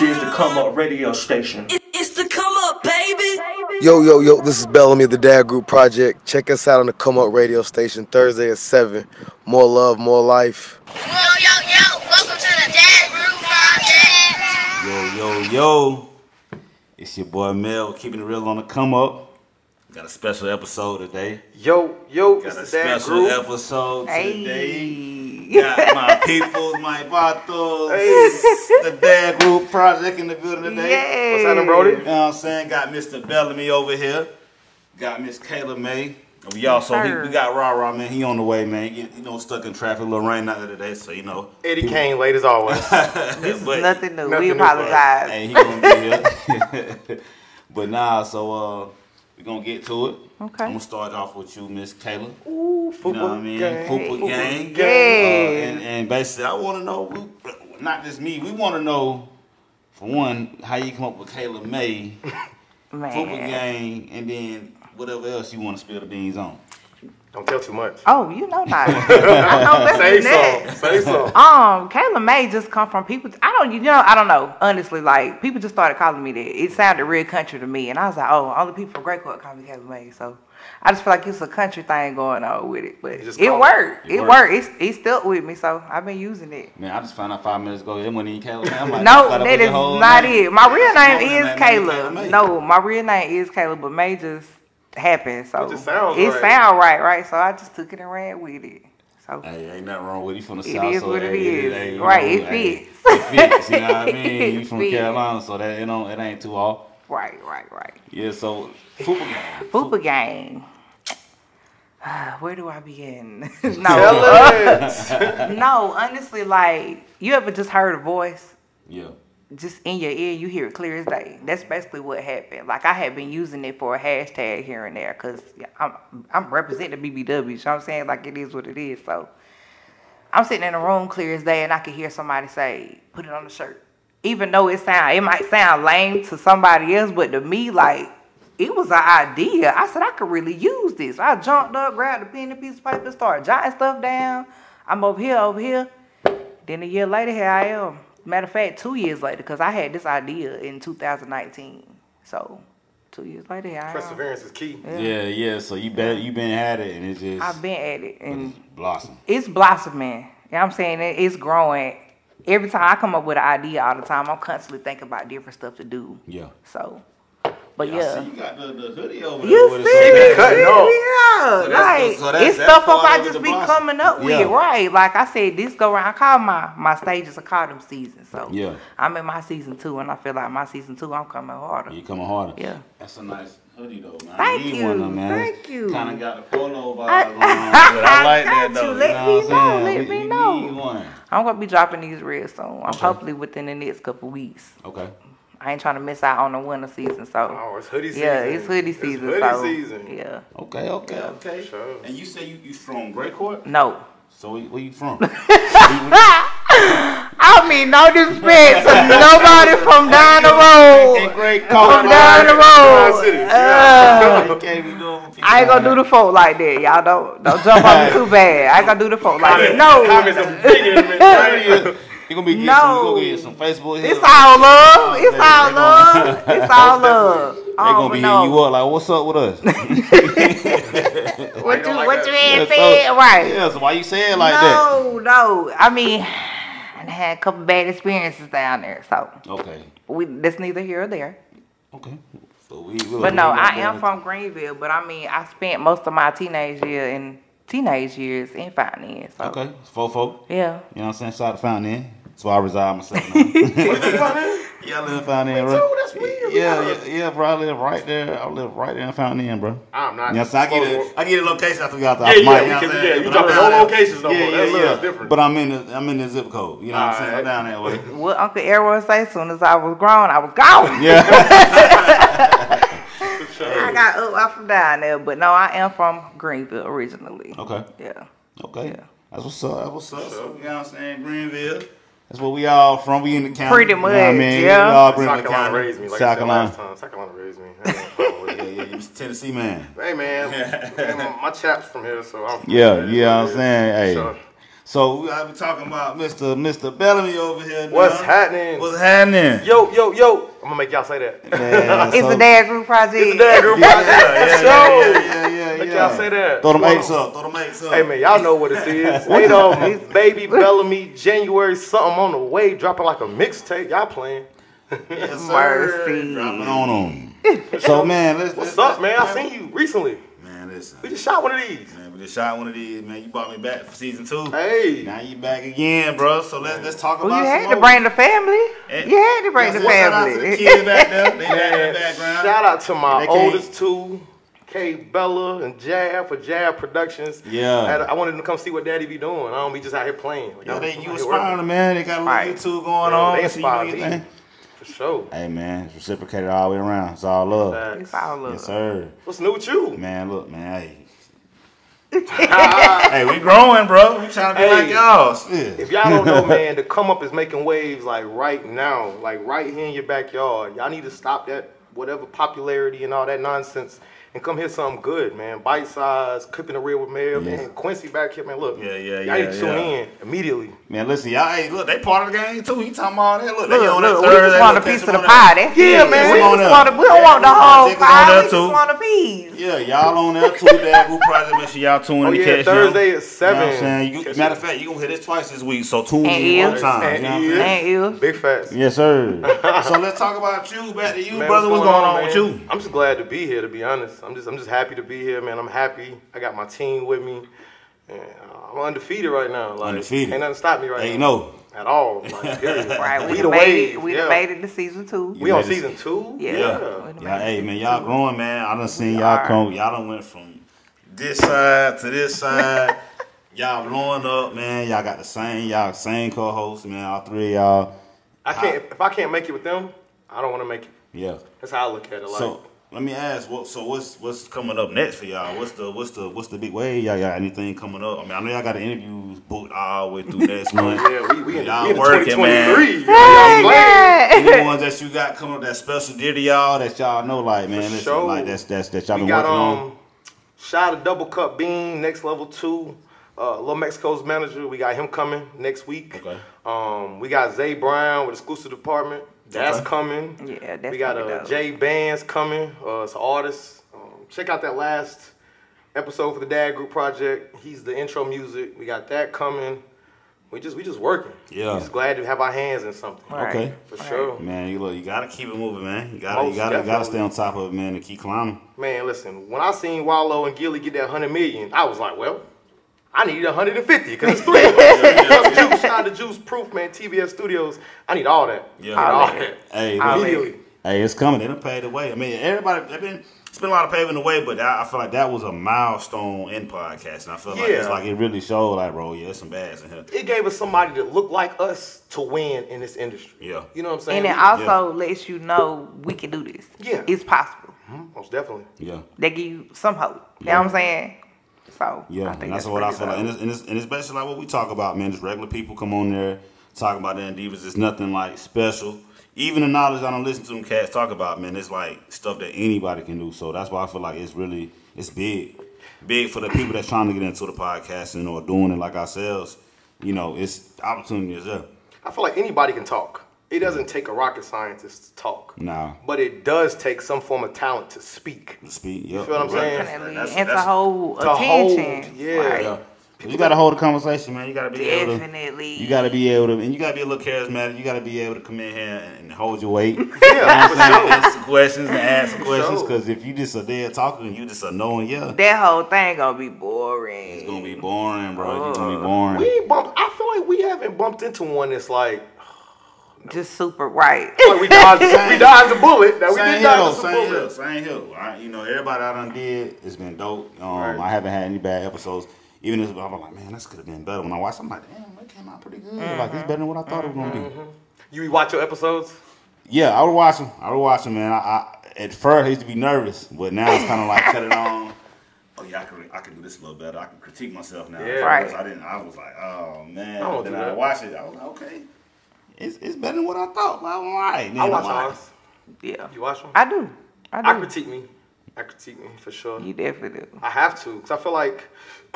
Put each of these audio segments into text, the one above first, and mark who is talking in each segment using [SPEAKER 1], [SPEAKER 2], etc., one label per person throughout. [SPEAKER 1] Up radio station.
[SPEAKER 2] It- It's the come up, baby.
[SPEAKER 3] Yo, yo, yo, this is Bellamy of the Dad Group Project. Check us out on the Come Up Radio Station Thursday at 7. More love, more life.
[SPEAKER 4] Yo, yo, yo, welcome to the Dad Room Project.
[SPEAKER 5] Yo, yo, yo. It's your boy Mel, keeping it real on the come up. Got a special episode today.
[SPEAKER 3] Yo, yo,
[SPEAKER 5] Got a special episode today. Got my people, my vatos. The Dad Group Project in the building today.
[SPEAKER 3] What's happening,
[SPEAKER 5] You
[SPEAKER 3] Brody?
[SPEAKER 5] know what I'm saying? Got Mr. Bellamy over here. Got Miss Kayla May. We also he, we got Ra Ra man. He on the way, man. You, you know, stuck in traffic. Lil Rain out there today, so you know.
[SPEAKER 3] Eddie Kane, late as always.
[SPEAKER 5] This
[SPEAKER 6] Nothing new.
[SPEAKER 3] Nothing
[SPEAKER 6] we
[SPEAKER 3] new for us.
[SPEAKER 6] apologize.
[SPEAKER 5] Hey, he gonna be here. but nah, so uh, we gonna get to it.
[SPEAKER 6] Okay.
[SPEAKER 5] I'm gonna start off with you, Miss Kayla.
[SPEAKER 3] Ooh,
[SPEAKER 5] You know what I mean? Pooper gang.
[SPEAKER 3] gang.
[SPEAKER 5] Uh, and, and basically, I want to know, we, not just me, we want to know, for one, how you come up with Kayla May, Pooper
[SPEAKER 6] man.
[SPEAKER 5] gang, and then whatever else you want to spill the beans on.
[SPEAKER 3] Don't tell too much.
[SPEAKER 6] Oh, you know not. I know better
[SPEAKER 3] Say
[SPEAKER 6] than that.
[SPEAKER 3] so. Say so.
[SPEAKER 6] Um, Kayla May just come from people. I don't, you know, I don't know. Honestly, like people just started calling me that. It sounded real country to me, and I was like, oh, only people from Great Court call me Kayla May. So I just feel like it's a country thing going on with it, but
[SPEAKER 3] You
[SPEAKER 6] it
[SPEAKER 3] just
[SPEAKER 6] worked.
[SPEAKER 3] call it.
[SPEAKER 6] It worked.
[SPEAKER 5] It
[SPEAKER 6] It
[SPEAKER 5] worked.
[SPEAKER 6] worked. It's it stuck with me, so I've been using it.
[SPEAKER 5] Man, I just found out five minutes ago, it wasn't even Kayla May. I'm like,
[SPEAKER 6] No,
[SPEAKER 5] caught up
[SPEAKER 6] that
[SPEAKER 5] with your
[SPEAKER 6] is
[SPEAKER 5] whole
[SPEAKER 6] not
[SPEAKER 5] name.
[SPEAKER 6] it. My real
[SPEAKER 5] Just
[SPEAKER 6] name is
[SPEAKER 5] calling that man
[SPEAKER 6] Kayla.
[SPEAKER 5] May.
[SPEAKER 6] No, my real name is Kayla, but May just happened. So
[SPEAKER 3] It just sounds
[SPEAKER 6] it
[SPEAKER 3] right.
[SPEAKER 6] sound right, right? So I just took it and ran with it. So
[SPEAKER 5] Hey, ain't nothing wrong with you from the
[SPEAKER 6] It
[SPEAKER 5] south.
[SPEAKER 6] is
[SPEAKER 5] so
[SPEAKER 6] what it
[SPEAKER 5] hey,
[SPEAKER 6] is.
[SPEAKER 5] ain't, you
[SPEAKER 6] Right,
[SPEAKER 5] know,
[SPEAKER 6] it
[SPEAKER 5] hey,
[SPEAKER 6] fits.
[SPEAKER 5] It fits. You know what I mean? You
[SPEAKER 6] It
[SPEAKER 5] from
[SPEAKER 6] fits.
[SPEAKER 5] Carolina, so that you know it ain't too off.
[SPEAKER 6] right, right, right.
[SPEAKER 5] Yeah, so Fupa gang.
[SPEAKER 6] Fupa gang. Where do I begin?
[SPEAKER 3] Tell
[SPEAKER 6] no, uh,
[SPEAKER 3] us.
[SPEAKER 6] no. Honestly, like you ever just heard a voice
[SPEAKER 5] Yeah.
[SPEAKER 6] just in your ear, you hear it clear as day. That's basically what happened. Like I had been using it for a hashtag here and there because I'm I'm representing BBW. You know what I'm saying? Like it is what it is. So I'm sitting in a room clear as day, and I could hear somebody say, "Put it on the shirt." Even though it sound it might sound lame to somebody else, but to me, like it was an idea. I said I could really use this. I jumped up, grabbed a pen and piece of paper, started jotting stuff down. I'm over here, over here. Then a year later, here I am. Matter of fact, two years later, because I had this idea in 2019. So, two years later, here I am.
[SPEAKER 3] Perseverance is key.
[SPEAKER 5] Yeah, yeah. so you bet you been had it and it just
[SPEAKER 6] I've been at it,
[SPEAKER 5] Mm-hmm.
[SPEAKER 6] and
[SPEAKER 5] blossom.
[SPEAKER 6] it's blossoming. You know what I'm saying? It- It's growing. Every time I come up with an idea all the time, I'm constantly thinking about different stuff to do.
[SPEAKER 5] Yeah.
[SPEAKER 6] So, but
[SPEAKER 5] I
[SPEAKER 6] yeah.
[SPEAKER 5] see you got the, the hoodie over there.
[SPEAKER 6] You
[SPEAKER 5] with
[SPEAKER 6] see
[SPEAKER 5] it, so that-
[SPEAKER 6] me,
[SPEAKER 3] cutting
[SPEAKER 6] see
[SPEAKER 3] off.
[SPEAKER 6] me, yeah.
[SPEAKER 5] Oh. So that's
[SPEAKER 6] like
[SPEAKER 5] the- so that's-
[SPEAKER 6] it's
[SPEAKER 5] that's
[SPEAKER 6] stuff up
[SPEAKER 5] part
[SPEAKER 6] I
[SPEAKER 5] of the
[SPEAKER 6] just be
[SPEAKER 5] blossom.
[SPEAKER 6] coming up
[SPEAKER 5] Yeah.
[SPEAKER 6] with, right? Like I said, this go around. I call my my stages a call them season. So
[SPEAKER 5] Yeah.
[SPEAKER 6] I'm in my season two, and I feel like my season two, I'm coming harder.
[SPEAKER 5] You coming harder.
[SPEAKER 6] Yeah.
[SPEAKER 5] That's a nice hoodie though, man.
[SPEAKER 6] Thank
[SPEAKER 5] I need one of them,
[SPEAKER 6] you,
[SPEAKER 5] man.
[SPEAKER 6] thank you.
[SPEAKER 5] Kind of got a polo vibe
[SPEAKER 6] I-
[SPEAKER 5] going on, but I like that
[SPEAKER 6] Got
[SPEAKER 5] though.
[SPEAKER 6] you. Let
[SPEAKER 5] know
[SPEAKER 6] me
[SPEAKER 5] what I'm saying?
[SPEAKER 6] know, let
[SPEAKER 5] We-
[SPEAKER 6] me
[SPEAKER 5] we
[SPEAKER 6] know.
[SPEAKER 5] need one.
[SPEAKER 6] I'm gonna be dropping these real soon. I'm hopefully within the next couple weeks.
[SPEAKER 5] Okay.
[SPEAKER 6] I ain't trying to miss out on the winter season, so
[SPEAKER 3] Oh, it's hoodie season.
[SPEAKER 6] yeah, it's hoodie season.
[SPEAKER 3] It's
[SPEAKER 6] so,
[SPEAKER 3] hoodie season.
[SPEAKER 6] Yeah,
[SPEAKER 5] Okay, okay, okay.
[SPEAKER 3] Sure.
[SPEAKER 5] And you say you, you from Graycourt?
[SPEAKER 6] no.
[SPEAKER 5] So where, where you from?
[SPEAKER 6] I mean, no disrespect to nobody from down the road.
[SPEAKER 5] Graycourt.
[SPEAKER 6] From down the road.
[SPEAKER 3] City.
[SPEAKER 6] Uh,
[SPEAKER 5] You can't be doing
[SPEAKER 6] I ain't gonna do the folk like that. Y'all don't don't jump on me too bad. I ain't gonna do the folk like that.
[SPEAKER 3] Comments
[SPEAKER 6] No,
[SPEAKER 3] are bigger than
[SPEAKER 5] You're gonna be getting some, you
[SPEAKER 6] No.
[SPEAKER 5] gonna get some Facebook. hits.
[SPEAKER 6] it's all love. It's
[SPEAKER 5] They
[SPEAKER 6] all
[SPEAKER 5] gonna-
[SPEAKER 6] love. It's all love.
[SPEAKER 5] They gonna be hitting you up like, what's up with us?
[SPEAKER 6] What you
[SPEAKER 3] don't like
[SPEAKER 6] what you
[SPEAKER 5] Yeah,
[SPEAKER 6] had
[SPEAKER 5] so-
[SPEAKER 6] said? Right.
[SPEAKER 5] Yeah, so why you saying like that?
[SPEAKER 6] no, no. I mean, I had a couple bad experiences down there, so
[SPEAKER 5] Okay,
[SPEAKER 6] we that's neither here or there.
[SPEAKER 5] okay. So we. we
[SPEAKER 6] But no,
[SPEAKER 5] we-
[SPEAKER 6] I am from Greenville. But I mean, I spent most of my teenage year in teenage years in finance. So
[SPEAKER 5] Okay, it's faux folk.
[SPEAKER 6] yeah,
[SPEAKER 5] You know what I'm saying? Shout out to Fountain. That's why I reside myself. now. yeah, I live in Fountain, bro.
[SPEAKER 3] that's weird.
[SPEAKER 5] Yeah, yeah, yeah, bro. I live right there. I live right there in Fountain, bro.
[SPEAKER 3] I'm not.
[SPEAKER 5] Yes, I get it. I get a location after we got the
[SPEAKER 3] Yeah, yeah,
[SPEAKER 5] mic,
[SPEAKER 3] we
[SPEAKER 5] know
[SPEAKER 3] can-
[SPEAKER 5] what I'm
[SPEAKER 3] yeah,
[SPEAKER 5] saying?
[SPEAKER 3] you
[SPEAKER 5] But I'm
[SPEAKER 3] dropping
[SPEAKER 5] down
[SPEAKER 3] no
[SPEAKER 5] there.
[SPEAKER 3] locations no more. That's a little different.
[SPEAKER 5] But I'm in the I'm in the zip code. You know what I'm saying? I'm down
[SPEAKER 3] Alright.
[SPEAKER 5] that way.
[SPEAKER 6] what Uncle Errol say? As soon as I was grown, I was gone.
[SPEAKER 5] Yeah.
[SPEAKER 6] I got up off from down there. But no, I am from Greenville originally.
[SPEAKER 5] okay.
[SPEAKER 6] Yeah.
[SPEAKER 5] Okay.
[SPEAKER 6] Yeah.
[SPEAKER 5] That's what's up. That's what's up. So, you know what I'm saying? Greenville. That's where we all from. We in the county.
[SPEAKER 6] Pretty
[SPEAKER 5] You know what I
[SPEAKER 6] much,
[SPEAKER 5] mean?
[SPEAKER 6] yeah.
[SPEAKER 5] We all
[SPEAKER 3] South
[SPEAKER 5] Greenville
[SPEAKER 3] Carolina
[SPEAKER 5] county.
[SPEAKER 3] raised me. Like
[SPEAKER 5] South
[SPEAKER 3] I said last
[SPEAKER 5] Carolina.
[SPEAKER 3] time, South Carolina raised me. I ain't got a problem with it.
[SPEAKER 5] Yeah, yeah, you was a Tennessee man.
[SPEAKER 3] Hey man, man, my chap's from here, so I'm
[SPEAKER 5] Yeah, yeah, I'm saying, hey.
[SPEAKER 3] Sure.
[SPEAKER 5] So we I be talking about Mr. Mr. Bellamy over here.
[SPEAKER 3] What's
[SPEAKER 5] now.
[SPEAKER 3] happening?
[SPEAKER 5] What's happening?
[SPEAKER 3] Yo, yo, yo. I'm gonna make y'all say that.
[SPEAKER 5] Yeah,
[SPEAKER 6] It's
[SPEAKER 5] so-
[SPEAKER 6] a dad group project.
[SPEAKER 3] It's a dad group
[SPEAKER 5] Yeah,
[SPEAKER 3] project.
[SPEAKER 5] yeah, yeah,
[SPEAKER 3] Yo.
[SPEAKER 5] yeah, yeah, yeah,
[SPEAKER 3] Make y'all
[SPEAKER 5] yeah.
[SPEAKER 3] say that.
[SPEAKER 5] Throw them
[SPEAKER 3] Hold
[SPEAKER 5] apes
[SPEAKER 3] on.
[SPEAKER 5] up. Throw them apes up.
[SPEAKER 3] Hey man, y'all know what it is. Wait on, it's baby Bellamy, January something on the way, dropping like a mixtape. Y'all playing?
[SPEAKER 5] Yes, sir.
[SPEAKER 6] Mercy.
[SPEAKER 5] Drop it on them. So man, let's,
[SPEAKER 3] What's
[SPEAKER 5] let's-
[SPEAKER 3] up, man? I
[SPEAKER 5] let's-
[SPEAKER 3] seen you recently.
[SPEAKER 5] Man, listen.
[SPEAKER 3] We just shot one of these.
[SPEAKER 5] Man, we just shot one of these. Man, you brought me back for season two.
[SPEAKER 3] Hey,
[SPEAKER 5] Now you back again, bro. So let's let's talk
[SPEAKER 6] Well,
[SPEAKER 5] about.
[SPEAKER 6] you had
[SPEAKER 5] some
[SPEAKER 6] to
[SPEAKER 5] more-
[SPEAKER 6] bring the family.
[SPEAKER 5] Eh,
[SPEAKER 6] You had to bring
[SPEAKER 5] yes,
[SPEAKER 6] the
[SPEAKER 5] shout out to the
[SPEAKER 6] family.
[SPEAKER 5] kids back there. They back in
[SPEAKER 3] man!
[SPEAKER 5] the background.
[SPEAKER 3] Shout out to my
[SPEAKER 5] They can't-
[SPEAKER 3] oldest two, K Bella and Jab for Jab Productions.
[SPEAKER 5] Yeah.
[SPEAKER 3] I, I wanted them to come see what Daddy be doing. I don't be just out here playing. Like,
[SPEAKER 5] Yo,
[SPEAKER 3] I'm-
[SPEAKER 5] they,
[SPEAKER 3] I'm
[SPEAKER 5] you
[SPEAKER 3] out here working.
[SPEAKER 5] inspiring them, man. They got a little
[SPEAKER 6] Right.
[SPEAKER 5] YouTube going
[SPEAKER 3] Yeah,
[SPEAKER 5] on.
[SPEAKER 3] they
[SPEAKER 5] so you know,
[SPEAKER 3] inspired
[SPEAKER 5] you-
[SPEAKER 3] me.
[SPEAKER 5] man.
[SPEAKER 3] For sure.
[SPEAKER 5] Hey, man, it's reciprocated all the way around. It's all love.
[SPEAKER 6] It's all
[SPEAKER 5] Yes,
[SPEAKER 6] love.
[SPEAKER 5] sir.
[SPEAKER 3] What's new with you?
[SPEAKER 5] Man, look, man. Hey, hey we growing, bro. We trying to be
[SPEAKER 3] Hey.
[SPEAKER 5] like y'all. Shit.
[SPEAKER 3] If y'all don't know, man, the come up is making waves like right now, like right here in your backyard. Y'all need to stop that whatever popularity and all that nonsense and come hear something good, man. Bite size, clipping the real with Mel,
[SPEAKER 5] Yeah.
[SPEAKER 3] man. Quincy back here, man. Look,
[SPEAKER 5] Yeah, yeah,
[SPEAKER 3] y'all
[SPEAKER 5] yeah,
[SPEAKER 3] need to tune
[SPEAKER 5] yeah.
[SPEAKER 3] in immediately.
[SPEAKER 5] Man, listen, y'all. Hey, look, they part of the game too. He talking about all that. Look, they
[SPEAKER 6] Look,
[SPEAKER 5] on
[SPEAKER 6] look,
[SPEAKER 5] that
[SPEAKER 6] we
[SPEAKER 5] Thursday.
[SPEAKER 6] just want a
[SPEAKER 5] Look,
[SPEAKER 6] piece of
[SPEAKER 5] they
[SPEAKER 6] the
[SPEAKER 5] on that-
[SPEAKER 6] pie. That's
[SPEAKER 3] Yeah,
[SPEAKER 6] it.
[SPEAKER 3] man.
[SPEAKER 6] We
[SPEAKER 5] Come on up.
[SPEAKER 6] just want a, we don't want the
[SPEAKER 5] Yeah,
[SPEAKER 6] whole
[SPEAKER 5] Dick is on
[SPEAKER 6] pie.
[SPEAKER 5] there
[SPEAKER 6] We just
[SPEAKER 5] too.
[SPEAKER 6] want a piece.
[SPEAKER 5] Yeah, y'all on there too. Dad Group Project. Make sure y'all tune in.
[SPEAKER 3] Oh,
[SPEAKER 5] to
[SPEAKER 3] yeah,
[SPEAKER 5] catch
[SPEAKER 3] Thursday
[SPEAKER 5] y'all. You know
[SPEAKER 3] at
[SPEAKER 5] what I'm
[SPEAKER 3] 7.
[SPEAKER 5] saying? You- matter of fact, you gonna hear this twice this week, so tune
[SPEAKER 6] And
[SPEAKER 5] in one
[SPEAKER 6] is.
[SPEAKER 5] time. you
[SPEAKER 3] And
[SPEAKER 5] know what I'm
[SPEAKER 3] is.
[SPEAKER 5] saying?
[SPEAKER 6] Thank you.
[SPEAKER 3] Big facts.
[SPEAKER 5] Yes, sir. so let's talk about you. Back to you,
[SPEAKER 3] Man,
[SPEAKER 5] brother. What's going, on, with
[SPEAKER 3] man?
[SPEAKER 5] you?
[SPEAKER 3] I'm just glad to be here, to be honest. I'm just I'm just happy to be here, man. I'm happy. I got my team with me. And uh, I'm undefeated right now. Like,
[SPEAKER 5] Undefeated.
[SPEAKER 3] Ain't nothing stop me right
[SPEAKER 5] Ain't
[SPEAKER 3] now.
[SPEAKER 5] no.
[SPEAKER 3] At all. Like, period.
[SPEAKER 6] Right,
[SPEAKER 3] We
[SPEAKER 6] we
[SPEAKER 3] the
[SPEAKER 6] done made it.
[SPEAKER 3] wave,
[SPEAKER 6] We
[SPEAKER 3] yeah.
[SPEAKER 6] done made it to season two.
[SPEAKER 5] Yeah.
[SPEAKER 3] We on
[SPEAKER 5] made it.
[SPEAKER 3] Oh, season two?
[SPEAKER 6] Yeah.
[SPEAKER 5] Yeah.
[SPEAKER 6] Yeah.
[SPEAKER 5] yeah. Hey, man, y'all growing, man. I done seen y'all
[SPEAKER 6] are.
[SPEAKER 5] come. Y'all done went from this side to this side. y'all blowing up, man. Y'all got the same, y'all same co-hosts, man. All three of y'all.
[SPEAKER 3] I can't. If I can't make it with them, I don't want to make it.
[SPEAKER 5] Yeah.
[SPEAKER 3] That's how I look at it. Like,
[SPEAKER 5] So let me ask, what so what's what's coming up next for y'all? What's the what's the what's the big way? Y'all got anything coming up? I mean, I know y'all got the interviews booked all the way through next month.
[SPEAKER 3] yeah, we, we in,
[SPEAKER 5] Y'all
[SPEAKER 3] we in the
[SPEAKER 5] working, man.
[SPEAKER 3] 2023.
[SPEAKER 6] Hey,
[SPEAKER 3] Y'all playing.
[SPEAKER 6] God.
[SPEAKER 5] Any ones that you got coming up that special dear to y'all that y'all know, like man, listen,
[SPEAKER 3] sure.
[SPEAKER 5] like that's that's that y'all
[SPEAKER 3] We
[SPEAKER 5] been
[SPEAKER 3] got
[SPEAKER 5] working
[SPEAKER 3] um,
[SPEAKER 5] on.
[SPEAKER 3] shot of double cup bean. Next level two. Uh, Little Mexico's manager. We got him coming next week.
[SPEAKER 5] Okay.
[SPEAKER 3] Um, we got Zay Brown with exclusive department. That's
[SPEAKER 5] Okay.
[SPEAKER 3] coming.
[SPEAKER 6] Yeah, that's
[SPEAKER 3] We got
[SPEAKER 6] gonna be
[SPEAKER 3] uh,
[SPEAKER 6] dope.
[SPEAKER 3] Jay Bands coming. Uh, it's an artist. Um, check out that last episode for the Dad Group Project. He's the intro music. We got that coming. We just we just working.
[SPEAKER 5] Yeah.
[SPEAKER 3] We just glad to have our hands in something.
[SPEAKER 6] Right.
[SPEAKER 5] Okay.
[SPEAKER 3] For sure.
[SPEAKER 5] Man, you look, you gotta keep it moving, man. You gotta, you
[SPEAKER 3] Most
[SPEAKER 5] gotta, you gotta
[SPEAKER 3] definitely.
[SPEAKER 5] stay on top of it, man, and keep climbing.
[SPEAKER 3] Man, listen, when I seen Wallow and Gilly get that 100 million, I was like, well, I need 150 because it's three of us. Juice, shout out to Juice Proof, man, TBS Studios. I need all that.
[SPEAKER 5] Yeah.
[SPEAKER 3] I need all
[SPEAKER 6] All that.
[SPEAKER 3] that.
[SPEAKER 5] Hey,
[SPEAKER 6] I'll
[SPEAKER 5] look,
[SPEAKER 6] let-
[SPEAKER 3] Immediately.
[SPEAKER 5] hey, it's coming. They done paved the way. I mean, everybody, they've been it's been a lot of paving the way, but I, I feel like that was a milestone in podcasting. I feel like it's
[SPEAKER 3] Yeah.
[SPEAKER 5] like it really showed, like, bro, yeah, there's some bads in here.
[SPEAKER 3] It gave us somebody that looked like us to win in this industry.
[SPEAKER 5] Yeah.
[SPEAKER 3] You know what I'm saying?
[SPEAKER 6] And it
[SPEAKER 3] We-
[SPEAKER 6] also lets you know we can do this.
[SPEAKER 3] Yeah. Mm-hmm.
[SPEAKER 6] It's possible.
[SPEAKER 3] Most definitely.
[SPEAKER 5] Yeah.
[SPEAKER 6] They give you some hope. You know what I'm saying? So
[SPEAKER 5] Yeah,
[SPEAKER 6] I
[SPEAKER 5] and
[SPEAKER 6] think
[SPEAKER 5] that's what I
[SPEAKER 6] pretty
[SPEAKER 5] feel like.
[SPEAKER 6] dope.
[SPEAKER 5] And it's, and, it's, and it's basically like what we talk about, man. Just regular people come on there talking about their divas. It's nothing like special. Even the knowledge I don't listen to them cats talk about, man, it's like stuff that anybody can do. So that's why I feel like it's really it's big, big for the people that's trying to get into the podcasting or doing it like ourselves. You know, it's opportunity is there.
[SPEAKER 3] I feel like anybody can talk. It doesn't take a rocket scientist to talk.
[SPEAKER 5] Nah.
[SPEAKER 3] But it does take some form of talent to speak.
[SPEAKER 5] to Speak. Yep.
[SPEAKER 3] feel what I'm saying?
[SPEAKER 6] Definitely.
[SPEAKER 5] That's-
[SPEAKER 6] and to
[SPEAKER 5] that's-
[SPEAKER 6] hold
[SPEAKER 3] to hold,
[SPEAKER 6] attention.
[SPEAKER 3] yeah.
[SPEAKER 6] Right.
[SPEAKER 5] Yeah. You gotta hold a conversation, man. You gotta be able to-
[SPEAKER 6] Definitely.
[SPEAKER 5] You gotta be able to, and you gotta be a little charismatic. You gotta be able to come in here and, and hold your weight.
[SPEAKER 3] Yeah,
[SPEAKER 5] You
[SPEAKER 3] for
[SPEAKER 5] know what I'm
[SPEAKER 3] sure.
[SPEAKER 5] saying? Ask questions and ask questions
[SPEAKER 3] sure.
[SPEAKER 5] because if you just a dead talker and you just a knowing, yeah, it's
[SPEAKER 6] that whole thing gonna be boring.
[SPEAKER 5] gonna be boring, bro. It's gonna be boring.
[SPEAKER 3] We ain't bumped. I feel like we haven't bumped into one that's like,
[SPEAKER 6] Just super right.
[SPEAKER 3] like we dodged, we dodged a bullet. That we
[SPEAKER 5] Same
[SPEAKER 3] did
[SPEAKER 5] here, though,
[SPEAKER 3] dodge a
[SPEAKER 5] same
[SPEAKER 3] bullet.
[SPEAKER 5] here, same here. I, you know, everybody I done did, it's been dope. Um,
[SPEAKER 3] Right.
[SPEAKER 5] I haven't had any bad episodes. Even if I'm like, man, this could have been better. When I watched, I'm like, damn, it came out pretty good. Like,
[SPEAKER 3] Mm-hmm.
[SPEAKER 5] it's better than what I thought it was gonna be.
[SPEAKER 3] You watch your episodes?
[SPEAKER 5] Yeah, I would watch him. I would watch him, man. I, I at first I used to be nervous, but now it's kind of like cut it on. Oh yeah, I can I can do this a little better. I can critique myself now.
[SPEAKER 3] Yeah.
[SPEAKER 5] At
[SPEAKER 6] Right.
[SPEAKER 5] first, I didn't. I was like, oh man.
[SPEAKER 3] I don't
[SPEAKER 5] then
[SPEAKER 3] do
[SPEAKER 5] I
[SPEAKER 3] that.
[SPEAKER 5] watched it. I was like, okay, it's it's better than what I thought. But I'm alright.
[SPEAKER 3] I
[SPEAKER 5] man.
[SPEAKER 3] watch
[SPEAKER 5] I'm alright.
[SPEAKER 3] ours.
[SPEAKER 6] yeah.
[SPEAKER 3] You watch them?
[SPEAKER 6] I do. I do.
[SPEAKER 3] I critique me. I critique me for sure.
[SPEAKER 6] you definitely do.
[SPEAKER 3] I have to because I feel like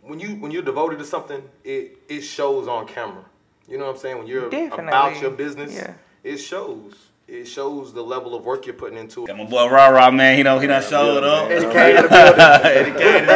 [SPEAKER 3] when you when you're devoted to something, it it shows on camera. You know what I'm saying? When you're
[SPEAKER 6] Definitely.
[SPEAKER 3] about your business,
[SPEAKER 6] Yeah.
[SPEAKER 3] it shows. It shows the level of work you're putting into it.
[SPEAKER 4] Got my boy Ra Ra, man. He know he done showed up.
[SPEAKER 7] Educated in the building.
[SPEAKER 4] Educated.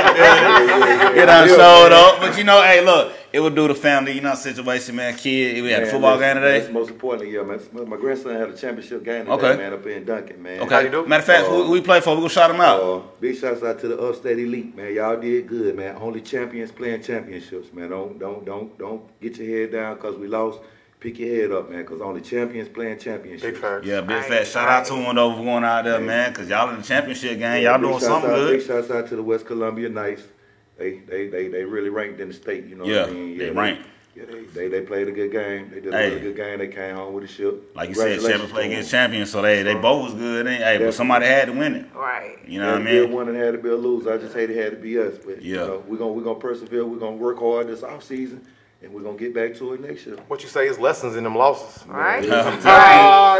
[SPEAKER 4] He done showed up. But you know, hey, look, it would do the family, you know, situation, man. Kid, we had a
[SPEAKER 7] Man,
[SPEAKER 4] football game
[SPEAKER 7] listen,
[SPEAKER 4] today.
[SPEAKER 7] That's most importantly, yeah, man. My grandson had a championship game today,
[SPEAKER 4] Okay.
[SPEAKER 7] man, up in Duncan, man.
[SPEAKER 4] Okay.
[SPEAKER 3] do?
[SPEAKER 4] Matter of fact, who, who we play for? We gonna shout him out.
[SPEAKER 7] Uh, big shouts out to the upstate elite, man. Y'all did good, man. Only champions playing championships, man. Don't don't don't don't get your head down because we lost. Pick your head up, man, because only champions playing championships.
[SPEAKER 3] Big facts.
[SPEAKER 4] Yeah, big
[SPEAKER 6] Right,
[SPEAKER 4] fat shout out to him though for going out there, man, because y'all in the championship game. Y'all
[SPEAKER 7] Big
[SPEAKER 4] doing
[SPEAKER 7] shouts
[SPEAKER 4] something
[SPEAKER 7] out- Big
[SPEAKER 4] good.
[SPEAKER 7] shouts out to the West Columbia Knights. They they they, they really ranked in the state, you know
[SPEAKER 4] Yeah,
[SPEAKER 7] what I mean?
[SPEAKER 4] they ranked.
[SPEAKER 7] Yeah, they, they they played a good game. They did a
[SPEAKER 4] Hey.
[SPEAKER 7] really good game. They came home with a ship.
[SPEAKER 4] Like you said, champion
[SPEAKER 7] Congratulations
[SPEAKER 4] play
[SPEAKER 7] to
[SPEAKER 4] against
[SPEAKER 7] them.
[SPEAKER 4] champion, so they they both was good. And, hey, but somebody had to win it.
[SPEAKER 6] Right.
[SPEAKER 4] You know what
[SPEAKER 7] Had to
[SPEAKER 4] I
[SPEAKER 7] be a
[SPEAKER 4] mean?
[SPEAKER 7] winner, had to be a loser. I just hate it had to be us, but you
[SPEAKER 4] Yeah.
[SPEAKER 7] know, we're gonna we're gonna persevere. We're gonna work hard this off season, and we're gonna get back to it next year.
[SPEAKER 3] What you say is lessons in them losses.
[SPEAKER 6] Right.
[SPEAKER 4] Sometimes.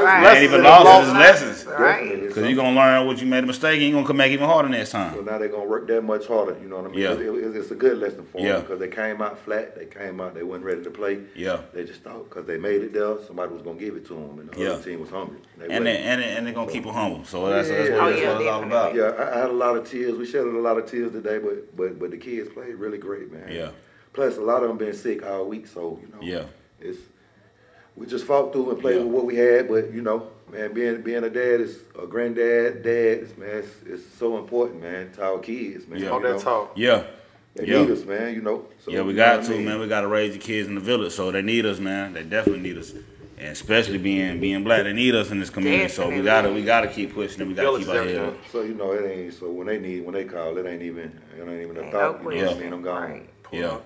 [SPEAKER 6] Right.
[SPEAKER 3] Lessons
[SPEAKER 4] Ain't even
[SPEAKER 3] in
[SPEAKER 4] losses,
[SPEAKER 3] them
[SPEAKER 4] it's lessons.
[SPEAKER 6] Right.
[SPEAKER 7] Definitely.
[SPEAKER 4] Cause you gonna learn what you made a mistake, and you gonna come back even harder next
[SPEAKER 7] So
[SPEAKER 4] time.
[SPEAKER 7] now they're gonna work that much harder. You know what I mean?
[SPEAKER 4] Yeah.
[SPEAKER 7] It- it- it's a good lesson for
[SPEAKER 4] Yeah.
[SPEAKER 7] them because they came out flat. They came out. They weren't ready to play.
[SPEAKER 4] Yeah.
[SPEAKER 7] They just thought because they made it there, somebody was gonna give it to them, and the
[SPEAKER 4] Yeah.
[SPEAKER 7] other team was hungry. They wasn't.
[SPEAKER 4] And then and then, and they gonna keep it humble. So that's, that's,
[SPEAKER 7] Yeah.
[SPEAKER 4] what,
[SPEAKER 7] Oh,
[SPEAKER 4] that's
[SPEAKER 6] yeah,
[SPEAKER 4] what it's all
[SPEAKER 6] definitely.
[SPEAKER 4] about.
[SPEAKER 7] Yeah, I, I had a lot of tears. We shed a lot of tears today, but but but the kids played really great, man.
[SPEAKER 4] Yeah.
[SPEAKER 7] Plus, a lot of them been sick all week, so you know.
[SPEAKER 4] Yeah.
[SPEAKER 7] It's we just fought through and played
[SPEAKER 4] Yeah.
[SPEAKER 7] with what we had, but you know, man, being being a dad is a granddad, dad, man, it's, it's so important, man, to our kids, man.
[SPEAKER 4] Yeah.
[SPEAKER 7] you
[SPEAKER 3] All
[SPEAKER 7] know.
[SPEAKER 3] that talk.
[SPEAKER 4] Yeah.
[SPEAKER 7] They
[SPEAKER 4] Yeah.
[SPEAKER 7] need us, man. You know. So,
[SPEAKER 4] Yeah, we
[SPEAKER 7] you
[SPEAKER 4] got
[SPEAKER 7] know
[SPEAKER 4] to,
[SPEAKER 7] what I mean?
[SPEAKER 4] man. We got to raise the kids in the village, so they need us, man. They definitely need us, and especially being being black, they need us in this community. So we
[SPEAKER 6] Definitely.
[SPEAKER 4] gotta we gotta keep pushing it. We gotta
[SPEAKER 3] Village
[SPEAKER 4] keep our
[SPEAKER 3] is
[SPEAKER 4] head up.
[SPEAKER 3] everything.
[SPEAKER 7] So you know, it ain't. So when they need, when they call, it ain't even, it ain't even a
[SPEAKER 6] Ain't
[SPEAKER 7] thought.
[SPEAKER 6] no
[SPEAKER 7] you know what I
[SPEAKER 4] question.
[SPEAKER 7] mean? I'm gone.
[SPEAKER 6] Right.
[SPEAKER 4] Yeah,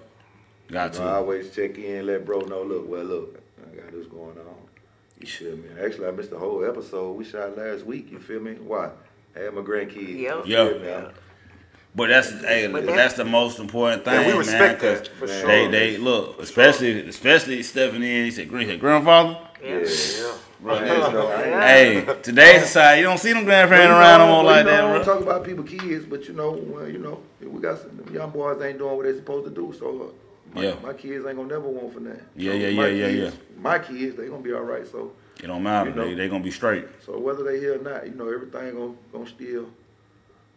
[SPEAKER 4] got
[SPEAKER 7] I
[SPEAKER 4] to.
[SPEAKER 7] always check in, let bro know. Look, well, look, I got this going on. You feel me? Actually, I missed the whole episode we shot last week. You feel me? Why? I had my grandkids.
[SPEAKER 6] Yep.
[SPEAKER 7] You feel
[SPEAKER 4] Yeah.
[SPEAKER 7] me? I'm-
[SPEAKER 4] But that's hey,
[SPEAKER 6] But
[SPEAKER 4] that's,
[SPEAKER 6] that's-
[SPEAKER 4] the most important thing,
[SPEAKER 3] Yeah, we
[SPEAKER 4] man.
[SPEAKER 3] respect that,
[SPEAKER 4] 'cause
[SPEAKER 3] for
[SPEAKER 4] they
[SPEAKER 3] sure.
[SPEAKER 4] they look, especially especially stepping in. He said, "Green, he said, grandfather."
[SPEAKER 7] Yeah.
[SPEAKER 6] Yeah.
[SPEAKER 3] Yeah.
[SPEAKER 4] Bro,
[SPEAKER 7] Man, you know, I ain't-
[SPEAKER 4] Hey, today's society, you don't see them grandparents around no
[SPEAKER 7] Well,
[SPEAKER 4] more
[SPEAKER 7] you know,
[SPEAKER 4] like
[SPEAKER 7] I don't
[SPEAKER 4] that, bro.
[SPEAKER 7] Talk about people, kids, but you know, well, you know, we got some them young boys ain't doing what they supposed to do. So look, my,
[SPEAKER 4] Yeah.
[SPEAKER 7] my kids ain't gonna never want for that.
[SPEAKER 4] Yeah,
[SPEAKER 7] So
[SPEAKER 4] yeah,
[SPEAKER 7] my
[SPEAKER 4] yeah, yeah,
[SPEAKER 7] kids- My kids, they gonna be all right. So,
[SPEAKER 4] It don't matter.
[SPEAKER 7] You know.
[SPEAKER 4] They they gonna be straight.
[SPEAKER 7] so whether they here or not, you know, everything gonna gonna still